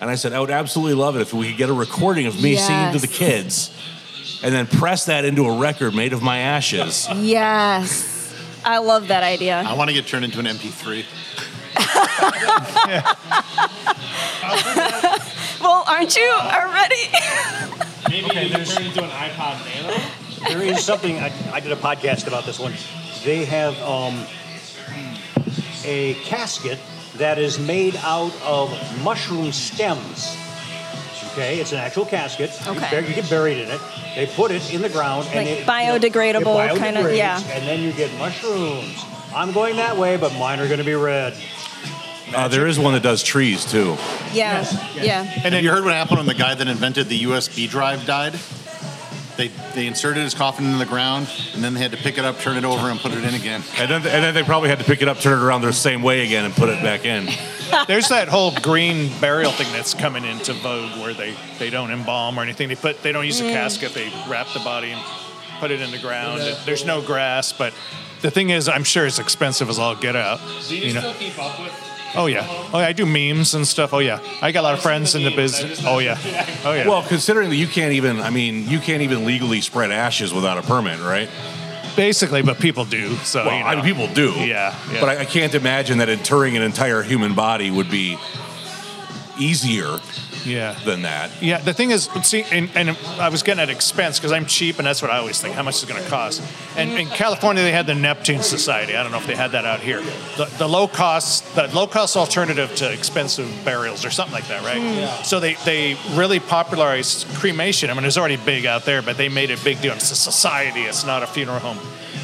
Speaker 6: And I said, I would absolutely love it if we could get a recording of me singing to the
Speaker 3: Yes.
Speaker 6: kids and then press that into a record made of my ashes.
Speaker 3: Yes. I love that idea.
Speaker 4: I want to get turned into an MP3.
Speaker 3: Well, aren't you already?
Speaker 8: Maybe you can turn it into an iPod Nano.
Speaker 7: there is something I, I did a podcast about this one. They have um, a casket that is made out of mushroom stems. Okay, it's an actual casket. You,
Speaker 3: Okay.
Speaker 7: bur- you get buried in it. They put it in the ground and
Speaker 3: Like
Speaker 7: it,
Speaker 3: biodegradable
Speaker 7: it
Speaker 3: kinda-
Speaker 7: biodegrades,
Speaker 3: yeah.
Speaker 7: And then you get mushrooms. I'm going that way, but mine are going to be red.
Speaker 6: Uh, there is one that does trees too.
Speaker 3: Yeah. Yeah.
Speaker 4: And have you heard what happened when the guy that invented the USB drive died? They, they inserted his coffin in the ground, and then they had to pick it up, turn it over, and put it in again.
Speaker 6: And then, and then they probably had to pick it up, turn it around the same way again, and put it back in.
Speaker 2: There's that whole green burial thing that's coming into vogue where they, they don't embalm or anything. They put they don't use
Speaker 8: Mm.
Speaker 2: a casket. They wrap the body and put it in the ground. There's no grass, but the thing is, I'm sure it's expensive as all get out.
Speaker 8: Do you,
Speaker 2: You know.
Speaker 8: still keep up with?
Speaker 2: Oh yeah. Oh, yeah, I do memes and stuff. Oh yeah. I got a lot of friends in the business. Oh yeah. Oh yeah.
Speaker 6: Well, considering that you can't even, I mean, you can't even legally spread ashes without a permit, right?
Speaker 2: basically, but people do. So
Speaker 6: Well,
Speaker 2: you
Speaker 6: I
Speaker 2: know.
Speaker 6: mean, people do.
Speaker 2: Yeah, yeah.
Speaker 6: But I, I can't imagine that interring an entire human body would be easier
Speaker 2: Yeah.
Speaker 6: than that.
Speaker 2: Yeah, the thing is, see, and, and I was getting at expense because I'm cheap, and that's what I always think. How much is it going to cost? And in California, they had the Neptune Society. I don't know if they had that out here. The, the low cost, the low cost alternative to expensive burials or something like that, right? So they, they really popularized cremation. I mean, it's already big out there, but they made it big deal. It's a society. It's not a funeral home.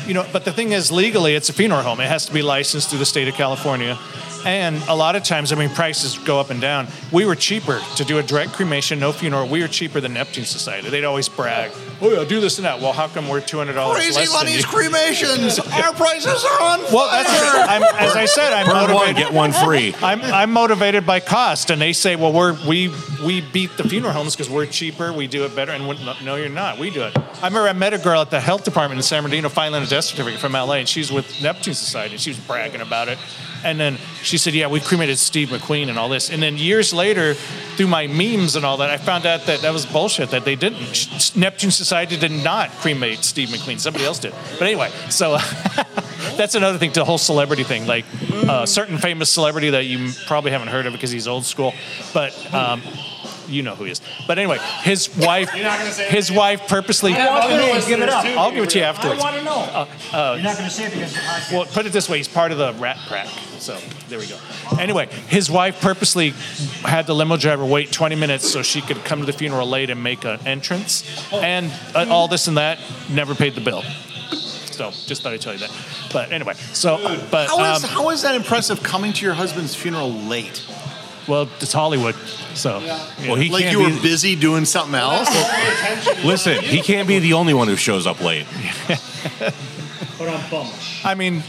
Speaker 2: You know, but the thing is, legally, it's a funeral home. It has to be licensed through the state of California. And a lot of times, I mean, prices go up and down. We were cheaper to do a direct cremation, no funeral. We were cheaper than Neptune Society. They'd always brag, "Oh, yeah, do this and that." Well, how come we're two hundred dollars
Speaker 4: Crazy
Speaker 2: less than you?
Speaker 4: Lonnie's cremations! Our prices are on
Speaker 2: Well, that's I'm, as I said, I'm
Speaker 6: Burn one,
Speaker 2: motivated.
Speaker 6: get one free.
Speaker 2: I'm, I'm motivated by cost, and they say, "Well, we're we we beat the funeral homes because we're cheaper, we do it better." And we- no- no, you're not. We do it. I remember I met a girl at the health department in San Bernardino filing a death certificate from LA, and she was with Neptune Society, and she was bragging about it. And then she said, "Yeah, we cremated Steve McQueen and all this." And then years later, through my memes and all that, I found out that that was bullshit. That they didn't. Sh- Neptune Society did not cremate Steve McQueen. Somebody else did. But anyway, so. That's another thing, the whole celebrity thing. Like uh, certain famous celebrity that you probably haven't heard of because he's old school, but um, you know who he is. But anyway, his wife,
Speaker 8: not gonna say
Speaker 2: his wife purposely.
Speaker 5: want the name, give it up.
Speaker 2: I'll give it to you
Speaker 5: I
Speaker 2: afterwards.
Speaker 5: want to know.
Speaker 9: You're not going to say it because it's a podcast.
Speaker 2: Well, put it this way, he's part of the Rat Pack. So there we go. Anyway, his wife purposely had the limo driver wait 20 minutes so she could come to the funeral late and make an entrance, and uh, all this and that. Never paid the bill. So just thought I'd tell you that. But anyway, so but
Speaker 4: How is,
Speaker 2: um,
Speaker 4: how is that impressive coming to your husband's funeral late?
Speaker 1: Well, it's Hollywood, so
Speaker 6: Well, he
Speaker 4: Like
Speaker 6: can't
Speaker 4: you were
Speaker 6: be,
Speaker 4: busy doing something else.
Speaker 6: listen. He can't be the only one who shows up late.
Speaker 9: But I'm bummed.
Speaker 2: I mean,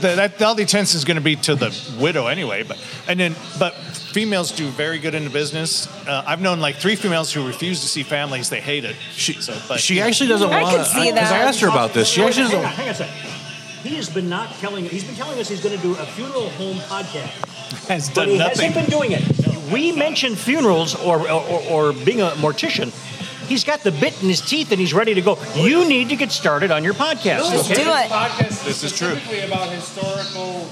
Speaker 2: the, that all the attendance is going to be to the widow anyway. But and then, but females do very good in the business. Uh, I've known like three females who refuse to see families; they hate it.
Speaker 6: She,
Speaker 2: so, but
Speaker 6: she actually doesn't
Speaker 3: I
Speaker 6: want.
Speaker 3: could see
Speaker 6: Because I
Speaker 3: that.
Speaker 6: asked her about this. She actually
Speaker 9: hang on,
Speaker 6: doesn't.
Speaker 9: hang on a second. He has been not telling. He's been telling us he's going to do a funeral home podcast,
Speaker 2: has
Speaker 9: but he
Speaker 2: done nothing.
Speaker 9: hasn't been doing it.
Speaker 7: We mentioned funerals or, or, or being a mortician. He's got the bit in his teeth and he's ready to go. You need to get started on your podcast.
Speaker 3: Just do it.
Speaker 8: Podcast
Speaker 2: This is true.
Speaker 8: specifically about historical.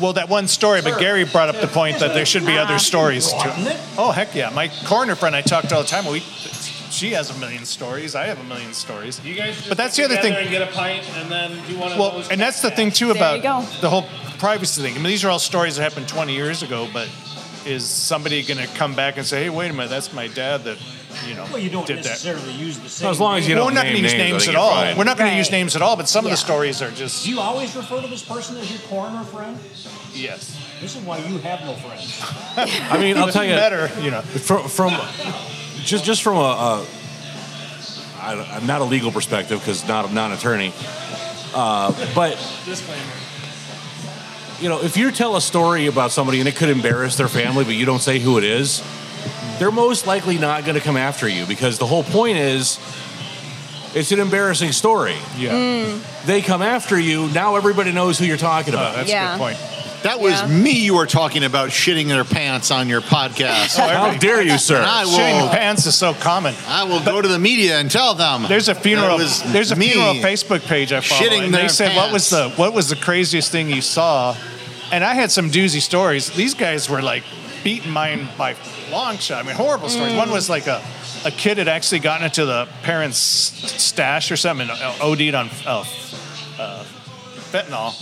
Speaker 2: Well, that one story, but Gary brought up the point that there should be other stories to Oh, heck yeah. My coroner friend I talked to all the time, we, she has a million stories. I have a million stories.
Speaker 8: You guys just
Speaker 2: But that's
Speaker 8: get
Speaker 2: the other
Speaker 8: together
Speaker 2: thing.
Speaker 8: And get a pint, and then do one of
Speaker 2: Well,
Speaker 8: those.
Speaker 2: and that's the thing, too,
Speaker 3: There you
Speaker 2: about
Speaker 3: go.
Speaker 2: the whole privacy thing. I mean, these are all stories that happened 20 years ago, but is somebody going to come back and say, hey, wait a minute, that's my dad that, you know,
Speaker 9: Well, you don't
Speaker 2: did that?
Speaker 9: necessarily use the same.
Speaker 6: As long as you
Speaker 2: Well, we're
Speaker 6: don't.
Speaker 2: not
Speaker 6: name
Speaker 2: going to use
Speaker 6: names, I
Speaker 2: names
Speaker 6: think
Speaker 2: at
Speaker 6: you're
Speaker 2: all.
Speaker 6: fine.
Speaker 2: We're not going to
Speaker 3: Right.
Speaker 2: use names at all, but some of the
Speaker 3: Yeah.
Speaker 2: stories are just,
Speaker 9: Do you always refer to this person as your coroner friend?
Speaker 2: yes.
Speaker 9: This is why you have no friends.
Speaker 6: I mean, I'll tell you.
Speaker 2: Better, you know.
Speaker 6: from, from just just from a, a I, don't- I'm not a legal perspective because not I'm not an attorney, uh, but you know if you tell a story about somebody and it could embarrass their family, but you don't say who it is, they're most likely not going to come after you because the whole point is it's an embarrassing story.
Speaker 2: Yeah.
Speaker 3: Mm,
Speaker 6: They come after you now. Everybody knows who you're talking about.
Speaker 2: That's
Speaker 3: Yeah.
Speaker 2: a good point.
Speaker 4: That was
Speaker 3: Yeah.
Speaker 4: me you were talking about shitting their pants on your podcast.
Speaker 6: How dare you, sir?
Speaker 4: And I
Speaker 2: Shitting your
Speaker 4: will,
Speaker 2: pants is so common.
Speaker 4: I will go to the media and tell them.
Speaker 2: There's a funeral.
Speaker 4: that it was
Speaker 2: There's a
Speaker 4: me.
Speaker 2: funeral Facebook page I follow,
Speaker 4: shitting
Speaker 2: and they
Speaker 4: their
Speaker 2: said, "What was the
Speaker 4: pants."
Speaker 2: what was the craziest thing you saw?" And I had some doozy stories. These guys were like beating mine by long shot. I mean, horrible stories.
Speaker 4: Mm.
Speaker 2: One was like a a kid had actually gotten into the parents' stash or something and uh, OD'd on uh, uh, fentanyl.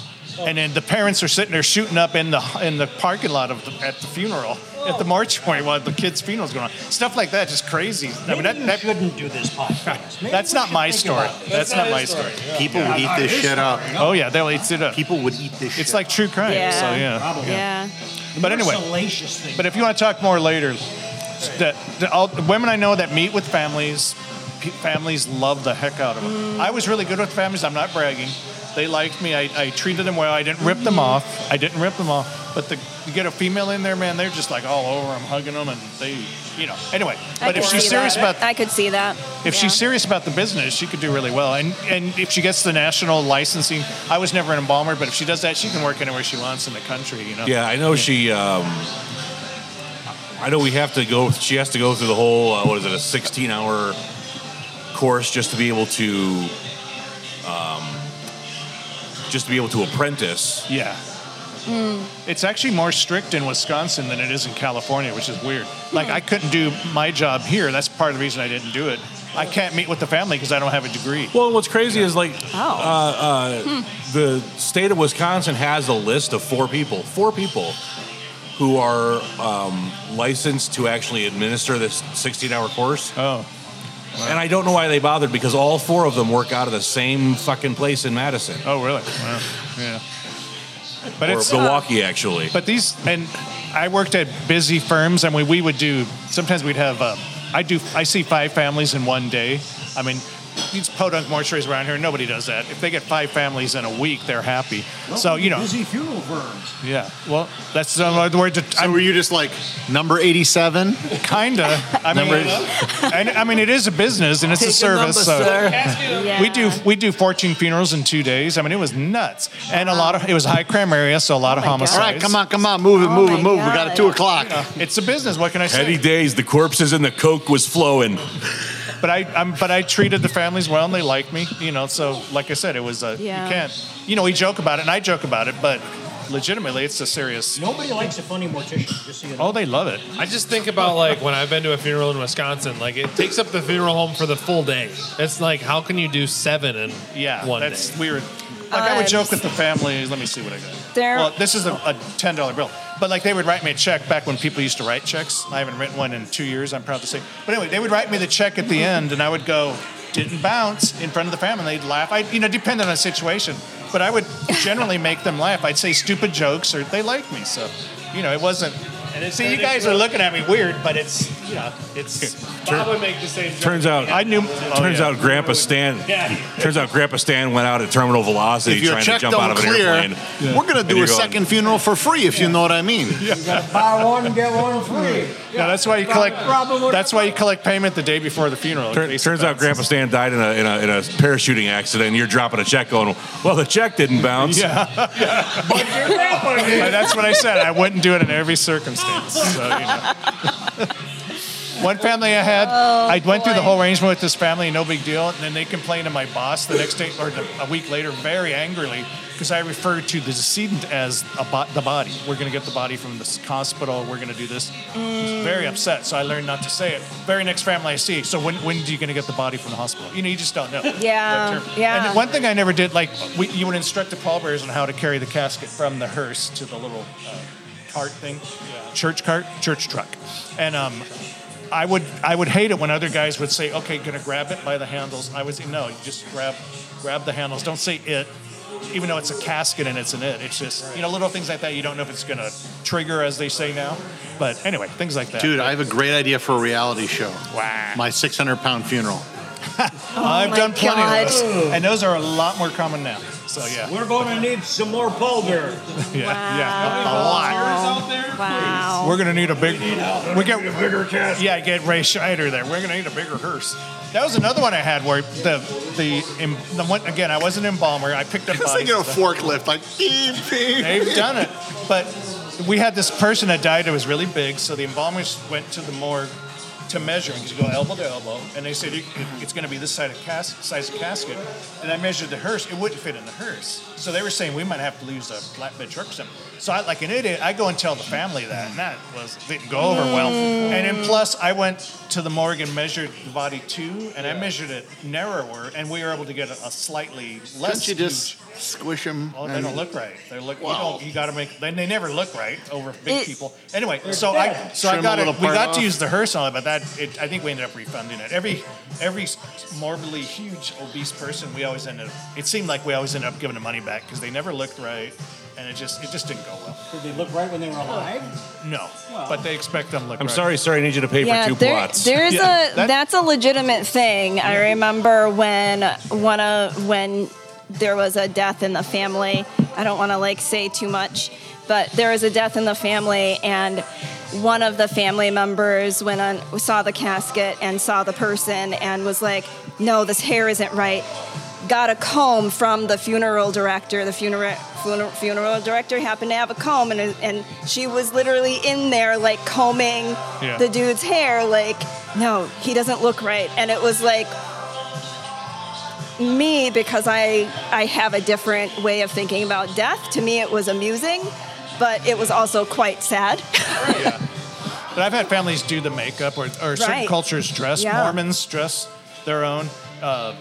Speaker 2: And then the parents are sitting there shooting up in the in the parking lot of the, at the funeral, at the mortuary while the kid's funeral's going on. Stuff like that, just crazy. I mean,
Speaker 9: Maybe
Speaker 2: that,
Speaker 9: you
Speaker 2: that,
Speaker 9: shouldn't do this podcast. Maybe
Speaker 2: that's
Speaker 9: we
Speaker 2: not
Speaker 9: should
Speaker 2: my
Speaker 9: think
Speaker 2: story.
Speaker 9: about it.
Speaker 2: That's not my story.
Speaker 4: People would eat this shit up.
Speaker 2: Oh yeah, they'll eat it up.
Speaker 4: People would eat this shit
Speaker 2: It's like true crime.
Speaker 3: Yeah.
Speaker 2: So yeah.
Speaker 9: Probably.
Speaker 3: Yeah.
Speaker 2: But anyway,
Speaker 9: salacious thing.
Speaker 2: but if you want to talk more later, that that all, the women I know that meet with families, pe- families love the heck out of them. I was really good with families. I'm not bragging. They liked me. I, I treated them well. I didn't rip them off. I didn't rip them off. But the, you get a female in there, man, they're just like all over them, hugging them, and they, you know. Anyway,
Speaker 3: I
Speaker 2: but
Speaker 3: could
Speaker 2: if she's
Speaker 3: see
Speaker 2: serious
Speaker 3: that.
Speaker 2: about
Speaker 3: I could see that.
Speaker 2: if
Speaker 3: Yeah.
Speaker 2: she's serious about the business, she could do really well. And and if she gets the national licensing, I was never an embalmer, but if she does that, she can work anywhere she wants in the country. You know.
Speaker 6: Yeah, I know she. Um, I know we have to go. She has to go through the whole uh, what is it, a sixteen-hour course just to be able to, um, just to be able to apprentice.
Speaker 2: Yeah. It's actually more strict in Wisconsin than it is in California, which is weird. Like I couldn't do my job here. That's part of the reason I didn't do it. I can't meet with the family because I don't have a degree.
Speaker 6: Well, what's crazy is like uh,
Speaker 3: Oh.
Speaker 6: the state of Wisconsin has a list of four people, four people who are um, licensed to actually administer this sixteen-hour course.
Speaker 2: Oh.
Speaker 6: And I don't know why they bothered because all four of them work out of the same fucking place in Madison
Speaker 2: Oh, really? Wow. Yeah. But
Speaker 6: or
Speaker 2: it's
Speaker 6: Milwaukee, actually.
Speaker 2: But these, and I worked at busy firms, and we, we would do. Sometimes we'd have. Uh, I do. I see five families in one day. I mean, these podunk mortuaries around here, nobody does that. If they get five families in a week, they're happy. so you know,
Speaker 9: busy funeral firms.
Speaker 2: yeah. Well, that's another word. To,
Speaker 4: So
Speaker 2: I'm
Speaker 4: were you just like number 87?
Speaker 2: kinda. I mean, and, I mean, it is a business and it's a service. so
Speaker 3: Yeah.
Speaker 2: we do we do 14 funerals in two days. I mean, it was nuts, and a lot of it was a high crime area, so a lot of
Speaker 3: Oh my God.
Speaker 2: homicides.
Speaker 4: All right, come on, come on, move it,
Speaker 3: Oh
Speaker 4: move
Speaker 3: my
Speaker 4: it, move. We got
Speaker 3: God.
Speaker 4: it two o'clock.
Speaker 2: It's a business. What can I say?
Speaker 6: Heady days, the corpses and the coke was flowing.
Speaker 2: but I I'm, but I treated the families well and they liked me, you know. So like I said, it was a
Speaker 3: Yeah.
Speaker 2: you can't you know we joke about it and I joke about it, but legitimately it's a serious.
Speaker 9: Nobody likes a funny mortician. Just so you know.
Speaker 2: Oh, they love it.
Speaker 1: I just think about like when I've been to a funeral in Wisconsin, like it takes up the funeral home for the full day. It's like how can you do seven in
Speaker 2: Yeah,
Speaker 1: one
Speaker 2: that's
Speaker 1: day?
Speaker 2: weird. Like I
Speaker 3: I'm
Speaker 2: would joke with the families. Let me see what I got.
Speaker 3: There-
Speaker 2: well, this is a, a ten dollar bill, but like they would write me a check back when people used to write checks. I haven't written one in two years. I'm proud to say. But anyway, they would write me the check at the end, and I would go didn't bounce in front of the family. They'd laugh. I you know depending on the situation, but I would generally make them laugh. I'd say stupid jokes, or they liked me. So you know it wasn't.
Speaker 8: And it's
Speaker 10: See, you guys are looking at me weird, but it's you know, it's
Speaker 8: Bob would make the same. joke.
Speaker 6: Turns out,
Speaker 10: I knew.
Speaker 8: uh,
Speaker 6: turns out, Grandpa Stan.
Speaker 8: Yeah.
Speaker 6: Turns out, Grandpa Stan went out at terminal velocity
Speaker 4: If your
Speaker 6: trying to
Speaker 4: check
Speaker 6: jump out
Speaker 4: don't
Speaker 6: of an
Speaker 4: clear,
Speaker 6: airplane.
Speaker 4: we're going to do
Speaker 6: you're
Speaker 4: a
Speaker 6: going-
Speaker 4: second funeral for free, if you know what I mean.
Speaker 9: Buy one, get one free.
Speaker 2: Yeah, that's why you collect. That's why you collect payment the day before the funeral.
Speaker 6: Tur- turns out, Grandpa Stan died in a, in a in a parachuting accident. and You're dropping a check, going, "Well, the check didn't bounce."
Speaker 2: Yeah. And that's what I said. I wouldn't do it in every circumstance. So, you know. One family I had, I went through the
Speaker 3: boy.
Speaker 2: whole arrangement with this family, no big deal. And then they complained to my boss the next day or the, a week later, very angrily, because I referred to the decedent as a bo- the body. We're going to get the body from this hospital. We're going to do this. He was Very upset. So I learned not to say it. Very next family I see. So when when are you going to get the body from the hospital? You know, you just don't know.
Speaker 3: Yeah,
Speaker 2: What term-
Speaker 3: yeah.
Speaker 2: And one thing I never did, like we, you would instruct the pallbearers on how to carry the casket from the hearse to the little uh, cart thing, church cart, church truck, and um, I would I would hate it when other guys would say, "Okay, gonna grab it by the handles." I would say, "No, you just grab grab the handles. Don't say it." Even though it's a casket and it's an it, it's just you know little things like that. You don't know if it's gonna trigger, as they say now. But anyway, things like that.
Speaker 4: Dude, I have a great idea for a reality show.
Speaker 2: Wow.
Speaker 4: My 600 pound funeral.
Speaker 2: I've
Speaker 3: Oh my
Speaker 2: done plenty
Speaker 3: God.
Speaker 2: of those, and those are a lot more common now. So yeah,
Speaker 9: We're going to need some more pallbearers.
Speaker 2: yeah,
Speaker 3: Wow.
Speaker 2: yeah, a lot.
Speaker 3: Oh, Wow.
Speaker 2: We're gonna need a big. We get
Speaker 9: Bigger cast.
Speaker 2: yeah, get Ray Scheider there. We're gonna need a bigger hearse. That was another one I had where the the, em the one again. I was an embalmer. I picked up.
Speaker 4: I was
Speaker 2: bodies
Speaker 4: thinking
Speaker 2: and
Speaker 4: of a
Speaker 2: stuff.
Speaker 4: forklift. Like,
Speaker 2: They've done it, but we had this person that died that was really big. So the embalmers went to the morgue to measure because you go elbow to elbow, and they said "You- it's going to be this side of cas- size of casket. And I measured the hearse; it wouldn't fit in the hearse. So they were saying we might have to use a flatbed truck or something. So I, like an idiot, I go and tell the family that, and that was didn't go over well. And then plus, I went to the morgue and measured the body too, and I measured it narrower, and we were able to get a, a slightly less.
Speaker 4: Couldn't you
Speaker 2: huge-
Speaker 4: just squish them?
Speaker 2: Oh, they don't look right. They look.
Speaker 4: Wow.
Speaker 2: You, don't, you got to make. They, they never look right over big
Speaker 3: It-
Speaker 2: people. Anyway, so I so I
Speaker 4: Trim a
Speaker 2: got it.
Speaker 4: little
Speaker 2: We
Speaker 4: part
Speaker 2: got to
Speaker 4: off.
Speaker 2: use the hearse on it, but that it, I think we ended up refunding it. Every every morbidly huge obese person, we always ended up. It seemed like we always ended up giving the money back because they never looked right, and it just it just didn't go well.
Speaker 9: Did they look right when they were alive?
Speaker 2: No, but they expect them to look.
Speaker 6: I'm
Speaker 2: right.
Speaker 6: sorry, sir. I need you to pay
Speaker 3: yeah,
Speaker 6: for two
Speaker 3: there-
Speaker 6: plots.
Speaker 3: there's
Speaker 2: Yeah,
Speaker 3: a
Speaker 2: that-
Speaker 3: that's a legitimate thing. I remember when one of when there was a death in the family. I don't want to like say too much, but there was a death in the family, and one of the family members went on saw the casket and saw the person and was like, "No, this hair isn't right." got a comb from the funeral director. The funeral funeral director happened to have a comb, and and she was literally in there like combing
Speaker 2: Yeah.
Speaker 3: the dude's hair. Like, no, he doesn't look right. And it was like me because I I have a different way of thinking about death. To me, it was amusing, but it was also quite sad.
Speaker 2: But I've had families do the makeup or, or certain
Speaker 3: Right.
Speaker 2: cultures dress.
Speaker 3: Yeah.
Speaker 2: Mormons dress their own. Uh,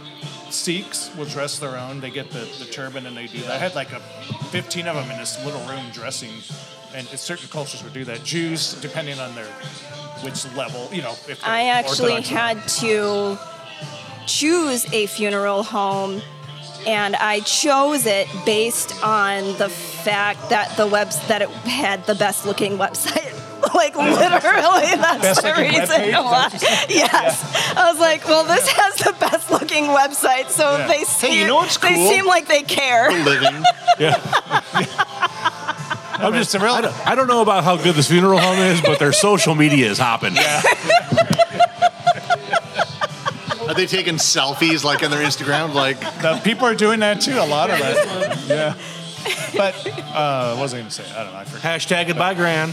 Speaker 2: Sikhs will dress their own. They get the, the turban and they do that. I had like a 15 of them in this little room dressing, and it's- certain cultures would do that. Jews, depending on their which level, you know. If they're
Speaker 3: I actually
Speaker 2: Orthodox or not.
Speaker 3: had to choose a funeral home, and I chose it based on the fact that the webs that it had the best looking website. like literally, that's
Speaker 2: Oh. Best
Speaker 3: the
Speaker 2: looking webpage,
Speaker 3: reason
Speaker 2: is that
Speaker 3: why.
Speaker 2: what
Speaker 3: Yes, I was like, well, this has the best looking website, so
Speaker 2: Yeah.
Speaker 3: they seem,
Speaker 4: you know what's
Speaker 3: they
Speaker 4: cool?
Speaker 3: seem like they care.
Speaker 4: living.
Speaker 6: I'm just
Speaker 2: real-
Speaker 6: I don't, I don't know about how good this funeral home is, but their social media is hopping.
Speaker 4: Are they taking selfies like on their Instagram? Like,
Speaker 2: The people are doing that too. A lot of that. yeah. But uh, what was I going to say? I don't know. I forgot.
Speaker 6: Hashtag goodbye, Gran.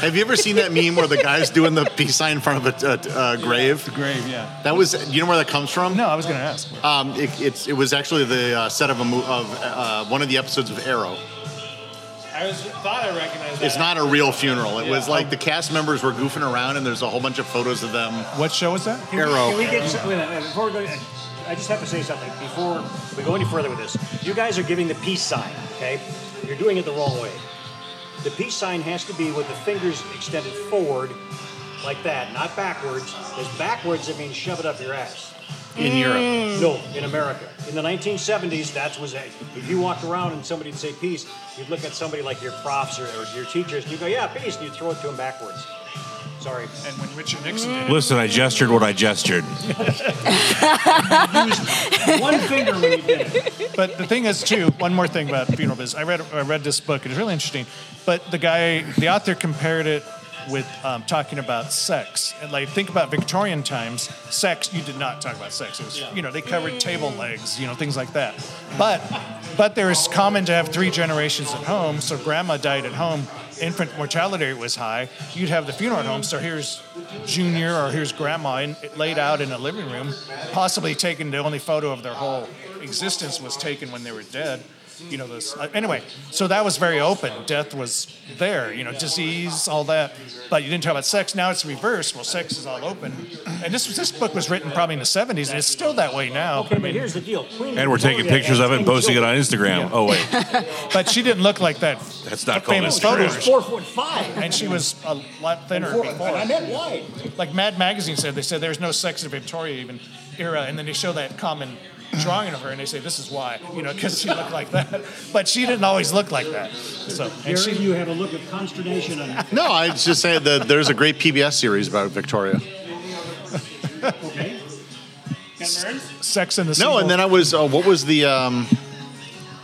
Speaker 4: have you ever seen that meme where the guy's doing the peace sign in front of a, a, a grave?
Speaker 2: Grave, yeah.
Speaker 4: That was. You know where that comes from?
Speaker 2: No, I was going to ask.
Speaker 4: Um, it, it's, it was actually the uh, set of a mo- of uh, one of the episodes of Arrow.
Speaker 8: I was thought I recognized that.
Speaker 4: It's not a real funeral. It was like the cast members were goofing around, and there's a whole bunch of photos of them.
Speaker 2: What show was that?
Speaker 9: Can we-
Speaker 4: Arrow.
Speaker 9: Can we get some, wait a minute, before we go? I just have to say something before we go any further with this. You guys are giving the peace sign, okay? You're doing it the wrong way. The peace sign has to be with the fingers extended forward, like that, not backwards. Because backwards, it means shove it up your ass.
Speaker 4: in Europe.
Speaker 9: No, in America. In the 1970s, that was it. If you walked around and somebody would say peace, you'd look at somebody like your profs or, or your teachers, and you go, yeah, peace, and you throw it to them backwards. Sorry.
Speaker 10: And when Richard Nixon did it,
Speaker 6: Listen, I gestured what I gestured.
Speaker 9: One finger when you did it.
Speaker 2: But the thing is, too, one more thing about funeral biz. I read I read this book. It's really interesting. But the guy, the author, compared it with um, talking about sex. And like, think about Victorian times. Sex, you did not talk about sex. It was, you know, they covered table legs, you know, things like that. But but there was common to have three generations at home. So grandma died at home. Infant mortality rate was high. You'd have the funeral at home. So here's junior or here's grandma in, laid out in a living room, possibly taken the only photo of their whole existence was taken when they were dead. You know, this uh, anyway. So that was very open. Death was there. You know, disease, all that. But you didn't talk about sex. Now it's reversed. Well, sex is all open. And this was this book was written probably in the '70s, and it's still that way now.
Speaker 9: Okay, but here's the deal. Queen
Speaker 6: And we're taking
Speaker 9: Victoria
Speaker 6: pictures of it
Speaker 9: had
Speaker 6: and
Speaker 9: 10
Speaker 6: posting it
Speaker 9: children.
Speaker 6: on Instagram. Oh, wait.
Speaker 2: But she didn't look like that.
Speaker 6: That's not called
Speaker 2: famous
Speaker 6: Instagram.
Speaker 2: photos.
Speaker 9: Four foot five.
Speaker 2: And she was a lot thinner
Speaker 9: Four, and
Speaker 2: before.
Speaker 9: I meant wide.
Speaker 2: like Mad Magazine said, they said there's no sex in Victoria even era, and then they show that common drawing of her, and they say this is why, you know, because she looked like that, but she didn't always look like that. So and
Speaker 9: Gary,
Speaker 2: she,
Speaker 9: you have a look of consternation on
Speaker 4: No, I was just saying that there's a great PBS series about Victoria.
Speaker 9: Okay.
Speaker 2: sex in the
Speaker 4: No, and then I was uh, what was the um,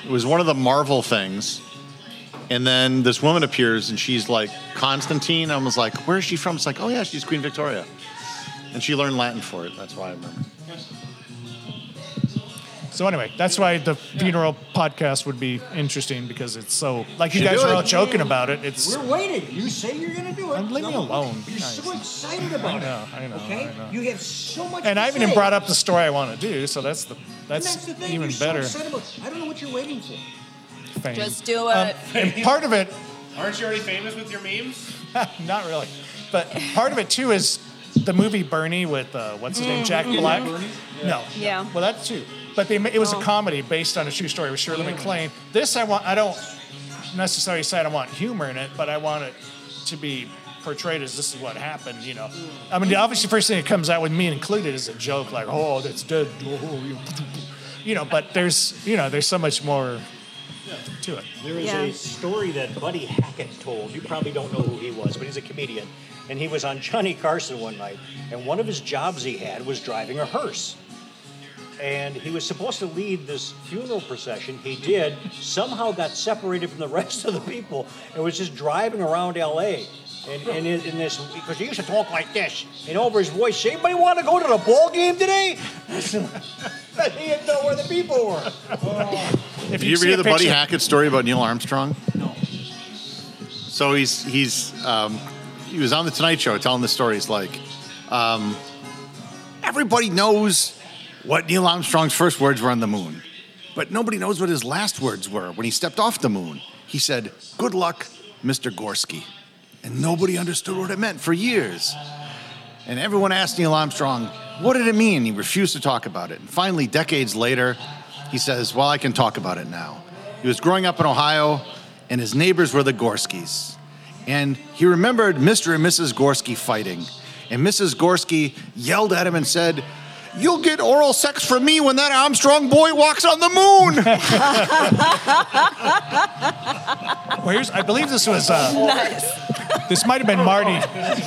Speaker 4: it was one of the Marvel things, and then this woman appears and she's like Constantine. I was like, where is she from? It's like, oh yeah, she's Queen Victoria, and she learned Latin for it. That's why I remember.
Speaker 2: so anyway, that's why the funeral podcast would be interesting because it's so like you
Speaker 4: Should
Speaker 2: guys
Speaker 4: do
Speaker 2: are all
Speaker 4: it.
Speaker 2: joking about it. It's
Speaker 9: We're waiting. You say you're going to do it.
Speaker 2: And leave me alone.
Speaker 9: You're so
Speaker 2: Nice.
Speaker 9: excited about
Speaker 2: know,
Speaker 9: it.
Speaker 2: I know,
Speaker 9: Okay?
Speaker 2: I know.
Speaker 9: You have so much
Speaker 2: and
Speaker 9: to
Speaker 2: I haven't even
Speaker 9: say.
Speaker 2: brought up the story I want to do, so that's the
Speaker 9: And
Speaker 2: that's,
Speaker 9: that's the thing.
Speaker 2: even
Speaker 9: you're
Speaker 2: better.
Speaker 9: So excited about. I don't know what you're waiting for.
Speaker 2: thing.
Speaker 3: Just do
Speaker 2: Um,
Speaker 3: it.
Speaker 2: and part of it
Speaker 8: Aren't you already famous with your memes?
Speaker 2: Not really. But part of it too is the movie Bernie with uh, what's his
Speaker 3: Mm.
Speaker 2: name, Jack Black. No.
Speaker 3: Yeah.
Speaker 2: Well, that's too. But they ma- it was a
Speaker 3: Oh.
Speaker 2: comedy based on a true story with Shirley MacLaine. This I want. I don't necessarily say I want humor in it, but I want it to be portrayed as this is what happened. You know. I mean, the obviously first thing that comes out with me included is a joke like, oh, that's dead. Oh, you- you know. But there's you know there's so much more to it.
Speaker 9: There is
Speaker 3: Yeah.
Speaker 9: a story that Buddy Hackett told. You probably don't know who he was, but he's a comedian. And he was on Johnny Carson one night, and one of his jobs he had was driving a hearse. And he was supposed to lead this funeral procession. He did, somehow got separated from the rest of the people, and was just driving around LA. And, and in, in this, because he used to talk like this, and over his voice, anybody want to go to the ball game today? but he didn't know where the people were.
Speaker 2: If
Speaker 4: Did you
Speaker 2: see
Speaker 4: read
Speaker 2: a
Speaker 4: the Buddy
Speaker 2: picture-
Speaker 4: Hackett story about Neil Armstrong? No. So he's he's um, he was on the Tonight Show telling the stories like um, everybody knows what Neil Armstrong's first words were on the moon, but nobody knows what his last words were when he stepped off the moon. He said, "Good luck, Mr. Gorsky," and nobody understood what it meant for years. And everyone asked Neil Armstrong, what did it mean? He refused to talk about it. And finally, decades later, he says, Well, I can talk about it now. He was growing up in Ohio, and his neighbors were the Gorskys. And he remembered Mr. and Mrs. Gorsky fighting. And Mrs. Gorsky yelled at him and said, You'll get oral sex from me when that Armstrong boy walks on the moon.
Speaker 2: Well, here's, I believe this was. Uh, This might have been Marty.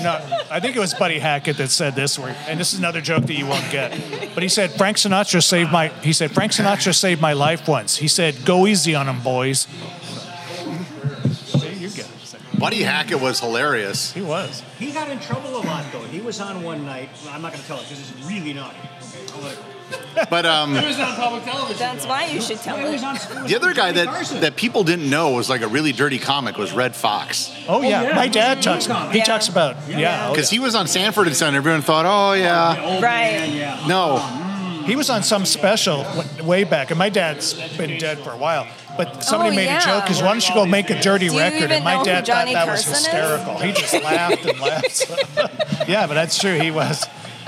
Speaker 2: No, I think it was Buddy Hackett that said this. Where, and this is another joke that you won't get. But he said Frank Sinatra saved my. He said Frank Sinatra saved my life once. He said, "Go easy on him, boys." You get it.
Speaker 4: Buddy Hackett was hilarious.
Speaker 2: He was.
Speaker 9: He got in trouble a lot though. He was on one night. well, I'm not going to tell it because it's really naughty. Okay, I'll let it go.
Speaker 4: But um,
Speaker 8: It was on public television.
Speaker 3: That's why you should tell
Speaker 9: It was
Speaker 3: it.
Speaker 9: on- it was
Speaker 4: the other guy that,
Speaker 9: Johnny Carson.
Speaker 4: that people didn't know was like a really dirty comic was Red Fox.
Speaker 2: Oh yeah, my dad talks. He
Speaker 3: Yeah.
Speaker 2: talks about yeah. oh,
Speaker 4: Because he was on Sanford and Son, everyone thought, oh, yeah.
Speaker 3: Right.
Speaker 4: No,
Speaker 2: He was on some special w- way back, and my dad's been dead for a while. But somebody
Speaker 3: Oh,
Speaker 2: made
Speaker 3: yeah.
Speaker 2: a joke because why don't you go make a dirty
Speaker 3: Do you
Speaker 2: record?
Speaker 3: even
Speaker 2: And my
Speaker 3: know
Speaker 2: dad
Speaker 3: who
Speaker 2: thought
Speaker 3: Johnny
Speaker 2: that
Speaker 3: Carson
Speaker 2: was
Speaker 3: is?
Speaker 2: hysterical. He just laughed and laughed. yeah, but that's true. He was.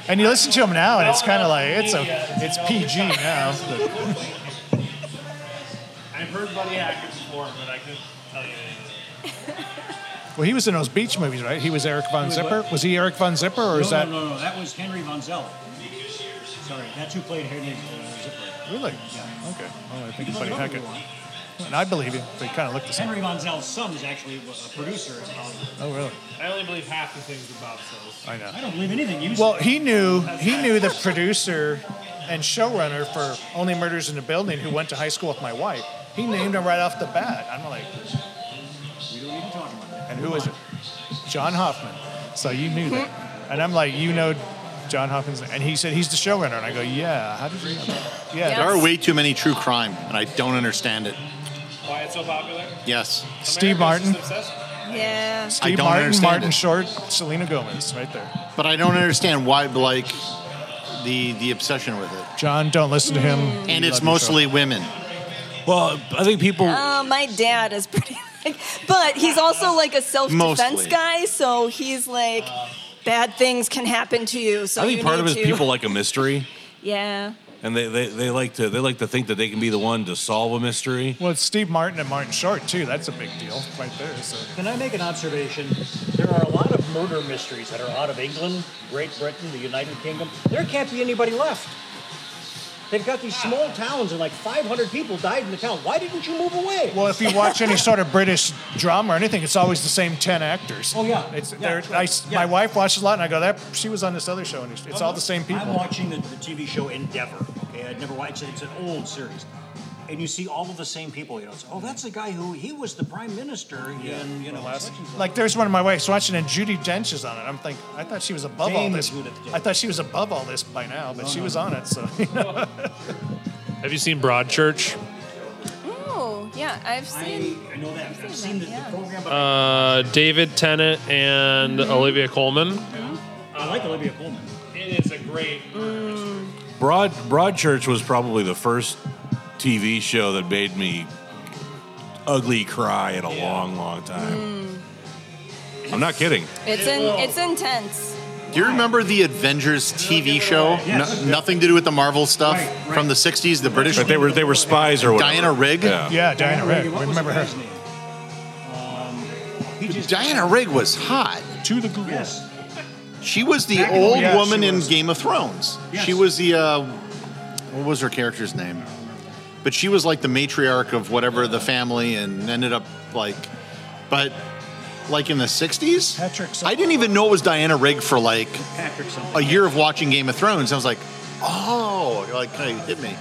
Speaker 2: And you listen to him now, and it's kind of like it's a it's PG now. but-
Speaker 8: I've heard Buddy Hackett before, but I couldn't tell you anything.
Speaker 2: well, he was in those beach movies, right? He was Eric Von Zipper. Was he Eric Von Zipper, or
Speaker 9: No,
Speaker 2: is that
Speaker 9: no, no, no. That was Henry Von Zell. Sorry, that's who played Harry Zipper.
Speaker 2: Really?
Speaker 9: Yeah.
Speaker 2: Okay. Oh, I think
Speaker 9: You
Speaker 2: it's
Speaker 9: look
Speaker 2: Buddy
Speaker 9: it up if
Speaker 2: Hackett.
Speaker 9: you want.
Speaker 2: And I believe you. They kind of look the same.
Speaker 9: Henry Monzel's son is actually a producer in Hollywood.
Speaker 2: Oh, really?
Speaker 8: I only believe half the things that Bob says.
Speaker 2: I know.
Speaker 9: I don't believe anything you
Speaker 2: Well,
Speaker 9: say.
Speaker 2: he knew he knew the producer and showrunner for Only Murders in the Building, who went to high school with my wife. He named him right off the bat. I'm like,
Speaker 9: We don't even talk about that.
Speaker 2: and who is it? John Hoffman. So you knew that. And I'm like, you know John Hoffman's name. And he said, he's the showrunner. And I go, yeah. How did you know that? Yeah.
Speaker 3: Yeah.
Speaker 4: There are way too many true crime, and I don't understand it.
Speaker 8: Why it's so popular?
Speaker 4: Yes.
Speaker 2: Steve Martin.
Speaker 8: America's just obsessed.
Speaker 3: Yeah.
Speaker 2: Steve
Speaker 4: don't
Speaker 2: Martin,
Speaker 4: understand
Speaker 2: Martin
Speaker 4: it.
Speaker 2: Short, Selena Gomez, right there.
Speaker 4: But I don't understand why, like, the the obsession with it.
Speaker 2: John, don't listen to him.
Speaker 4: And
Speaker 2: We
Speaker 4: it's
Speaker 2: love your
Speaker 4: mostly women.
Speaker 6: Well, I think people.
Speaker 3: Uh, my dad is pretty like, but he's also like a self-defense
Speaker 4: Mostly.
Speaker 3: guy, so he's like, bad things can happen to you. So
Speaker 6: I think
Speaker 3: you
Speaker 6: part
Speaker 3: need
Speaker 6: of it is
Speaker 3: to,
Speaker 6: people like a mystery,
Speaker 3: Yeah.
Speaker 6: and they, they, they like to they like to think that they can be the one to solve a mystery.
Speaker 2: show. Well, it's Steve Martin and Martin Short too. That's a big deal, right there. So.
Speaker 9: Can I make an observation? There are a lot of murder mysteries that are out of England, Great Britain, the United Kingdom. There can't be anybody left. They've got
Speaker 8: Ah.
Speaker 9: these small towns, and like 500 people died in the town. Why didn't you move away?
Speaker 2: Well, if you watch any sort of British drama or anything, it's always the same ten actors.
Speaker 9: Oh, yeah.
Speaker 2: it's
Speaker 9: Yeah,
Speaker 2: they're-
Speaker 9: true.
Speaker 2: I s-
Speaker 9: Yeah.
Speaker 2: my wife watches a lot, and I go that she was on this other show, and it's, it's all the same
Speaker 9: I'm
Speaker 2: people.
Speaker 9: watching the, the TV show Endeavor. Okay, I'd never watched it. It's an old series, and you see all of the same people. You know, it's, oh, that's the guy who he was the prime minister in you know such and such."
Speaker 2: Like there's one of my wife's watching, and Judy Dench is on it. I'm thinking I thought she was above all
Speaker 9: Dame
Speaker 2: this.
Speaker 9: Judi Dench.
Speaker 2: I thought she was above all this by now, but she was on it. So
Speaker 1: Have you seen Broadchurch?
Speaker 3: Oh, yeah. I've
Speaker 9: I,
Speaker 3: seen.
Speaker 9: I know that. I've seen the, the
Speaker 3: yeah.
Speaker 9: program, but
Speaker 1: Uh, David Tennant and Olivia Colman.
Speaker 9: I like Olivia Colman.
Speaker 8: It is a great.
Speaker 6: Broad Broadchurch was probably the first TV show that made me ugly cry in a long, long time. I'm not kidding.
Speaker 3: It's in. It's intense.
Speaker 4: Do you remember the Avengers TV show?
Speaker 9: Yes.
Speaker 4: No, nothing to do with the Marvel stuff
Speaker 9: Right, right.
Speaker 4: from the 60s, the British.
Speaker 6: But they were they were spies or whatever.
Speaker 4: Diana Rigg?
Speaker 6: Yeah.
Speaker 2: yeah, Diana Rigg.
Speaker 9: What was
Speaker 2: Remember her?
Speaker 9: the guy's name? Um, he just,
Speaker 4: Diana Rigg was hot.
Speaker 2: To the Google.
Speaker 9: Yes.
Speaker 4: She was the
Speaker 9: Back in-
Speaker 4: old
Speaker 2: yeah, she
Speaker 4: woman in
Speaker 2: was.
Speaker 4: Game of Thrones.
Speaker 9: Yes.
Speaker 4: She was the uh, what was her character's name? But she was like the matriarch of whatever the family, and ended up like, but like in the
Speaker 2: Patrick
Speaker 4: '60s,
Speaker 2: something.
Speaker 4: I didn't even know it was Diana Rigg for like
Speaker 9: Patrick something.
Speaker 4: a year of watching Game of Thrones. I was like, oh, You're like kind of hit me.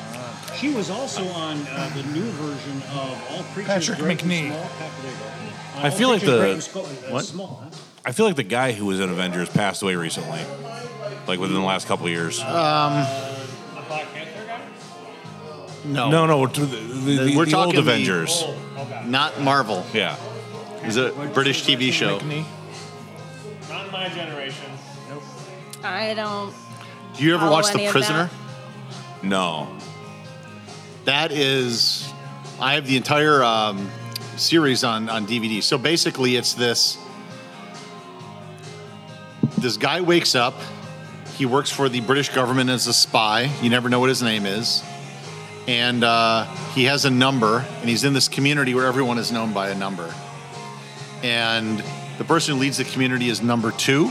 Speaker 9: She was also on uh, the new version of All Preachers
Speaker 2: Patrick
Speaker 9: Great and
Speaker 2: McNee.
Speaker 9: Small. Patrick- there you go. Uh,
Speaker 6: I
Speaker 9: All
Speaker 6: feel like
Speaker 9: Preachers
Speaker 6: the-
Speaker 9: Great and Small- uh,
Speaker 6: what?
Speaker 9: Small, huh?
Speaker 6: I feel like the guy who was in Avengers passed away recently, like within the last couple of years.
Speaker 4: Oh.
Speaker 8: The Black Panther guy?
Speaker 4: No,
Speaker 6: no, no, to the, the, the,
Speaker 4: We're
Speaker 6: the old
Speaker 4: talking the-
Speaker 6: Avengers.
Speaker 4: not Marvel.
Speaker 6: Yeah.
Speaker 4: It was a British TV show. Do
Speaker 8: Not in my generation.
Speaker 3: I don't.
Speaker 4: you ever
Speaker 3: Follow
Speaker 4: watch
Speaker 3: any
Speaker 4: The
Speaker 3: of
Speaker 4: Prisoner?
Speaker 6: No.
Speaker 4: That is, I have the entire um, series on on DVD. So basically, it's this: this guy wakes up. He works for the British government as a spy. You never know what his name is, and uh, he has a number, and he's in this community where everyone is known by a number. And the person who leads the community is number two.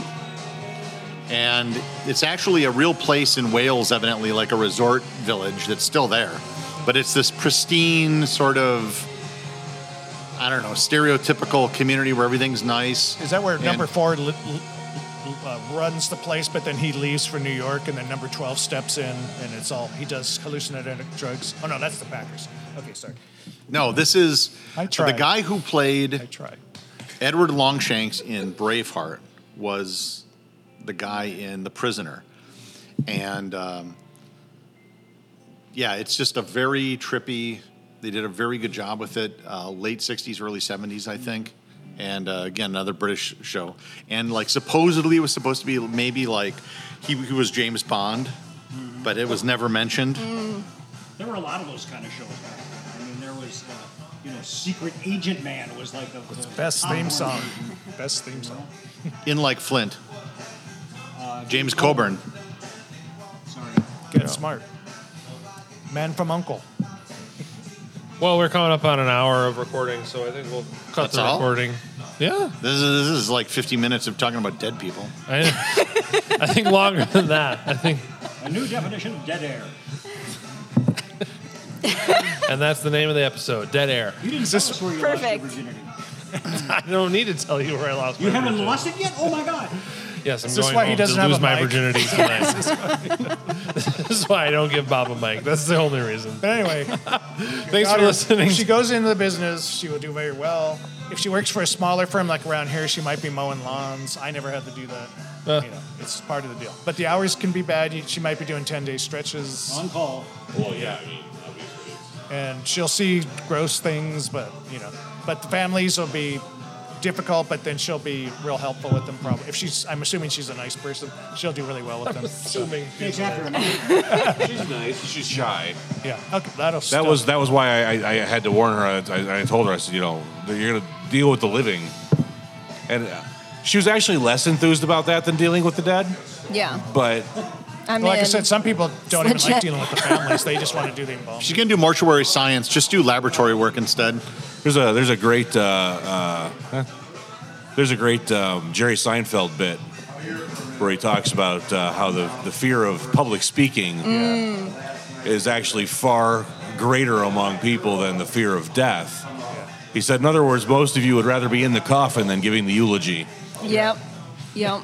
Speaker 4: And it's actually a real place in Wales, evidently, like a resort village that's still there. But it's this pristine sort of, I don't know, stereotypical community where everything's nice.
Speaker 2: Is that where
Speaker 4: And-
Speaker 2: number four li- li- uh, runs the place, but then he leaves for New York, and then number twelve steps in, and it's all he does hallucinogenic drugs. Oh no, that's the Packers. Okay, sorry,
Speaker 4: No, this is
Speaker 2: I
Speaker 4: the
Speaker 2: tried.
Speaker 4: guy who
Speaker 2: I
Speaker 4: played
Speaker 2: tried.
Speaker 4: Edward Longshanks in Braveheart was the guy in The Prisoner, and um, yeah, it's just a very trippy. They did a very good job with it. Uh, late '60s, early '70s, I think. And uh, again, another British show. And like supposedly, it was supposed to be maybe like he, he was James Bond, but it was never mentioned.
Speaker 9: There were a lot of those kind of shows. Back then. I mean, there was, uh, you know, Secret Agent Man was like the, the
Speaker 2: Best theme
Speaker 9: on-one
Speaker 2: song.
Speaker 9: version,
Speaker 2: Best theme song.
Speaker 4: In like Flint,
Speaker 9: Uh,
Speaker 4: James Coburn.
Speaker 9: Sorry.
Speaker 2: Get smart. Man from Uncle.
Speaker 1: Well, we're coming up on an hour of recording, so I think we'll cut
Speaker 4: That's
Speaker 1: the
Speaker 4: all?
Speaker 1: recording. Yeah,
Speaker 4: This is, this is like 50 minutes of talking about dead people.
Speaker 1: I, I think longer than that. I think
Speaker 9: A new definition of dead air.
Speaker 8: And that's the name of the episode, Dead Air.
Speaker 9: You didn't tell us where you lost your
Speaker 3: Perfect.
Speaker 9: virginity.
Speaker 8: I don't need to tell you where I lost my
Speaker 9: You haven't
Speaker 8: virginity.
Speaker 9: lost it yet? Oh my God.
Speaker 8: Yes, I'm
Speaker 2: Is this
Speaker 8: going
Speaker 2: why he
Speaker 8: home
Speaker 2: doesn't
Speaker 8: to
Speaker 2: have
Speaker 8: lose
Speaker 2: a
Speaker 8: my
Speaker 2: mic?
Speaker 8: virginity tonight. this is why I don't give Bob a mic. That's the only reason.
Speaker 2: But anyway,
Speaker 8: Thanks for
Speaker 2: daughter,
Speaker 8: listening.
Speaker 2: If she goes into the business, she will do very well. If she works for a smaller firm like around here, she might be mowing lawns. I never had to do that.
Speaker 8: Uh.
Speaker 2: You know, it's part of the deal. But the hours can be bad. You- She might be doing 10 day stretches,
Speaker 9: On call.
Speaker 6: Well, yeah, I mean, obviously.
Speaker 2: and she'll see gross things, but, you know, but the families will be difficult, but then she'll be real helpful with them. Probably. If she's, I'm assuming she's a nice person, she'll do really well with them.
Speaker 8: Assuming
Speaker 9: Takes after a month.
Speaker 6: She's nice. She's shy.
Speaker 2: Yeah. Okay. That'll
Speaker 6: That was that was why I, I, I had to warn her. I, I, I told her I said, you know, that you're gonna deal with the living, and uh, she was actually less enthused about that than dealing with the dead.
Speaker 3: Yeah.
Speaker 6: But
Speaker 3: I mean,
Speaker 2: Like I said, some people don't even like
Speaker 3: Legit.
Speaker 2: dealing with the families. They just want to do the embalming.
Speaker 4: She's gonna do mortuary science. Just do laboratory work instead.
Speaker 6: there's a there's a great uh, uh, huh? there's a great um, Jerry Seinfeld bit where he talks about uh, how the the fear of public speaking is actually far greater among people than the fear of death. He said, in other words, most of you would rather be in the coffin than giving the eulogy.
Speaker 3: yep. Yep.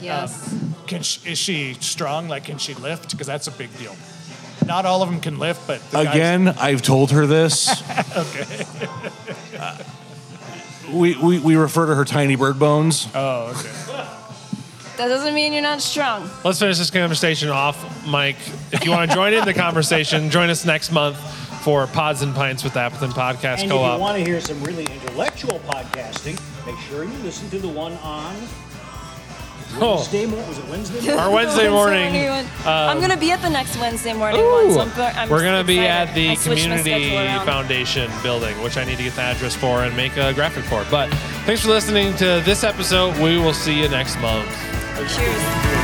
Speaker 3: Yes.
Speaker 2: Can she, is she strong? Like, can she lift? Because that's a big deal. Not all of them can lift, but the guys-
Speaker 6: Again, I've told her this. okay. we, we, we refer to her tiny bird bones.
Speaker 2: oh, okay.
Speaker 3: That doesn't mean you're not strong.
Speaker 8: Let's finish this conversation off, Mike. If you want to join in the conversation, join us next month for Pods and Pints with Appleton Podcast
Speaker 9: And if you
Speaker 8: Co-op.
Speaker 9: want to hear some really intellectual podcasting, make sure you listen to the one on
Speaker 8: Oh.
Speaker 9: Wednesday morning. Was it Wednesday morning?
Speaker 8: Our Wednesday morning, um,
Speaker 3: I'm gonna be at the next Wednesday morning one.
Speaker 8: Ooh.
Speaker 3: So I'm, go- I'm
Speaker 8: We're going to be
Speaker 3: excited.
Speaker 8: at
Speaker 3: I
Speaker 8: the
Speaker 3: switched my
Speaker 8: Community
Speaker 3: schedule around.
Speaker 8: Foundation building, which I need to get the address for and make a graphic for. But thanks for listening to this episode. We will see you next month.
Speaker 3: Cheers.